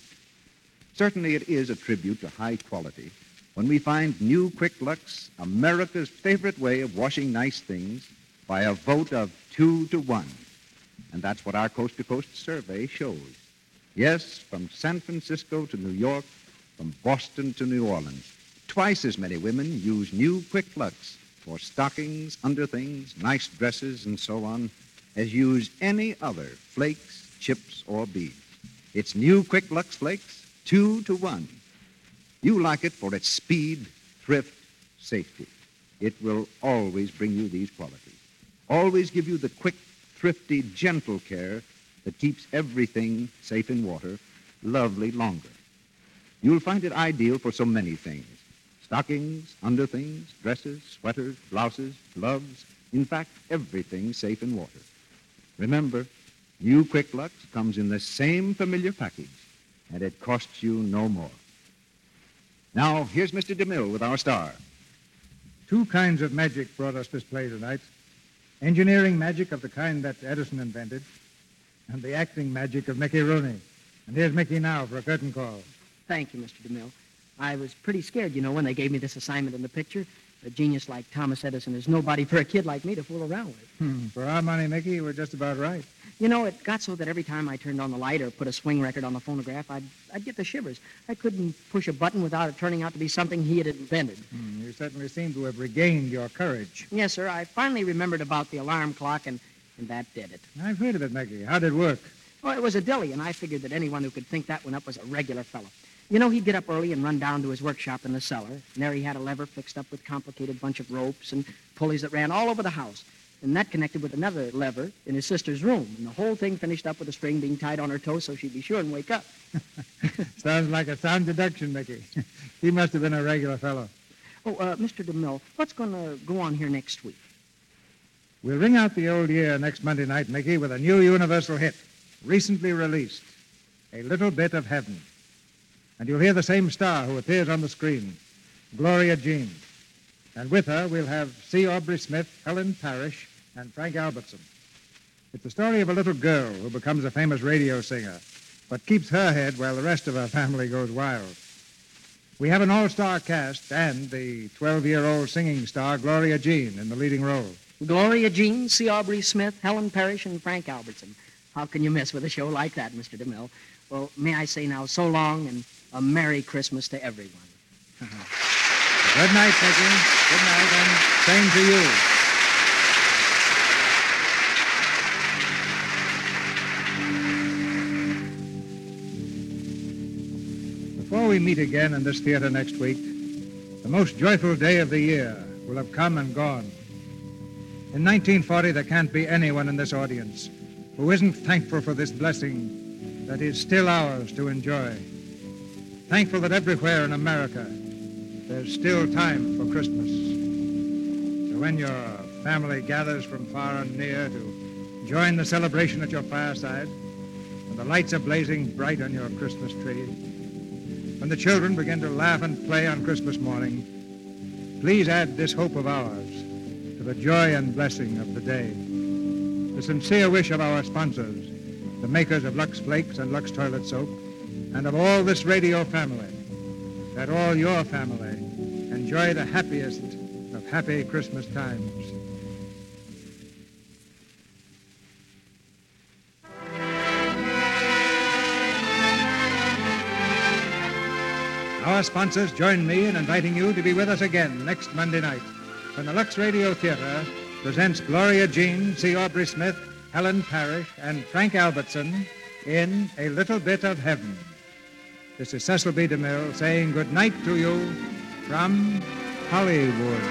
[SPEAKER 10] Certainly it is a tribute to high quality when we find new Quick Lux, America's favorite way of washing nice things, by a vote of two to one. And that's what our coast to coast survey shows. Yes, from San Francisco to New York, from Boston to New Orleans, twice as many women use new Quick Lux for stockings, underthings, nice dresses, and so on, as use any other flakes, chips, or beads. It's new Quick Lux Flakes, two to one. You like it for its speed, thrift, safety. It will always bring you these qualities. Always give you the quick, thrifty, gentle care that keeps everything safe in water lovely longer. You'll find it ideal for so many things stockings, underthings, dresses, sweaters, blouses, gloves, in fact, everything safe in water. Remember, new Quick Lux comes in the same familiar package, and it costs you no more. Now, here's Mr. DeMille with our star.
[SPEAKER 1] Two kinds of magic brought us this play tonight engineering magic of the kind that Edison invented, and the acting magic of Mickey Rooney. And here's Mickey now for a curtain call.
[SPEAKER 3] Thank you, Mr. DeMille. I was pretty scared, you know, when they gave me this assignment in the picture. A genius like Thomas Edison is nobody for a kid like me to fool around with.
[SPEAKER 1] Hmm, for our money, Mickey, you were just about right.
[SPEAKER 3] You know, it got so that every time I turned on the light or put a swing record on the phonograph, I'd, I'd get the shivers. I couldn't push a button without it turning out to be something he had invented.
[SPEAKER 1] Hmm, you certainly seem to have regained your courage.
[SPEAKER 3] Yes, sir, I finally remembered about the alarm clock, and, and that did it.
[SPEAKER 1] I've heard of it, Mickey. How'd it work?
[SPEAKER 3] Well, it was a dilly, and I figured that anyone who could think that one up was a regular fellow. You know, he'd get up early and run down to his workshop in the cellar. And there he had a lever fixed up with complicated bunch of ropes and pulleys that ran all over the house. And that connected with another lever in his sister's room. And the whole thing finished up with a string being tied on her toe so she'd be sure and wake up.
[SPEAKER 1] [LAUGHS] Sounds like a
[SPEAKER 3] [LAUGHS]
[SPEAKER 1] sound deduction, Mickey. [LAUGHS] he must have been a regular fellow.
[SPEAKER 3] Oh, uh, Mr. DeMille, what's going to go on here next week?
[SPEAKER 1] We'll ring out the old year next Monday night, Mickey, with a new universal hit, recently released A Little Bit of Heaven and you'll hear the same star who appears on the screen, Gloria Jean. And with her, we'll have C. Aubrey Smith, Helen Parrish, and Frank Albertson. It's the story of a little girl who becomes a famous radio singer, but keeps her head while the rest of her family goes wild. We have an all star cast and the 12 year old singing star, Gloria Jean, in the leading role.
[SPEAKER 3] Gloria Jean, C. Aubrey Smith, Helen Parrish, and Frank Albertson. How can you miss with a show like that, Mr. DeMille? Well, may I say now, so long and a Merry Christmas to everyone.
[SPEAKER 1] Good night, Peggy. Good night, and same to you. Before we meet again in this theater next week, the most joyful day of the year will have come and gone. In 1940, there can't be anyone in this audience who isn't thankful for this blessing that is still ours to enjoy thankful that everywhere in America there's still time for Christmas. So when your family gathers from far and near to join the celebration at your fireside, and the lights are blazing bright on your Christmas tree, when the children begin to laugh and play on Christmas morning, please add this hope of ours to the joy and blessing of the day. The sincere wish of our sponsors, the makers of Lux Flakes and Lux Toilet Soap, and of all this radio family, that all your family enjoy the happiest of happy Christmas times. Our sponsors join me in inviting you to be with us again next Monday night when the Lux Radio Theater presents Gloria Jean, C. Aubrey Smith, Helen Parrish, and Frank Albertson in A Little Bit of Heaven. This is Cecil B. DeMille saying good night to you from Hollywood.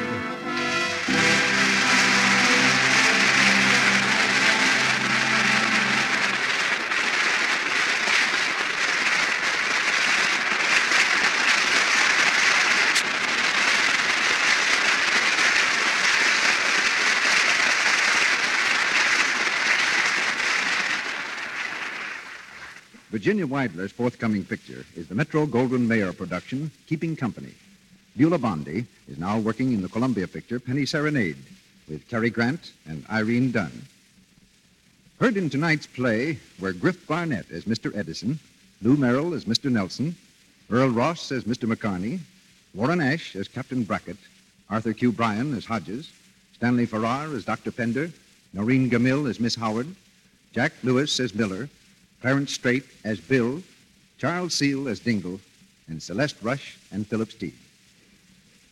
[SPEAKER 10] Virginia Weidler's forthcoming picture is the Metro Goldwyn Mayer production, Keeping Company. Beulah Bondi is now working in the Columbia picture, Penny Serenade, with Cary Grant and Irene Dunn. Heard in tonight's play were Griff Barnett as Mr. Edison, Lou Merrill as Mr. Nelson, Earl Ross as Mr. McCarney, Warren Ash as Captain Brackett, Arthur Q. Bryan as Hodges, Stanley Farrar as Dr. Pender, Noreen Gamill as Miss Howard, Jack Lewis as Miller, Clarence Strait as Bill, Charles Seal as Dingle, and Celeste Rush and Philip Steed.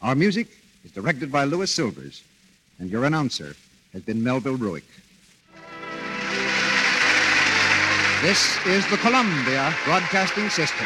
[SPEAKER 10] Our music is directed by Louis Silvers, and your announcer has been Melville Ruick. This is the Columbia Broadcasting System.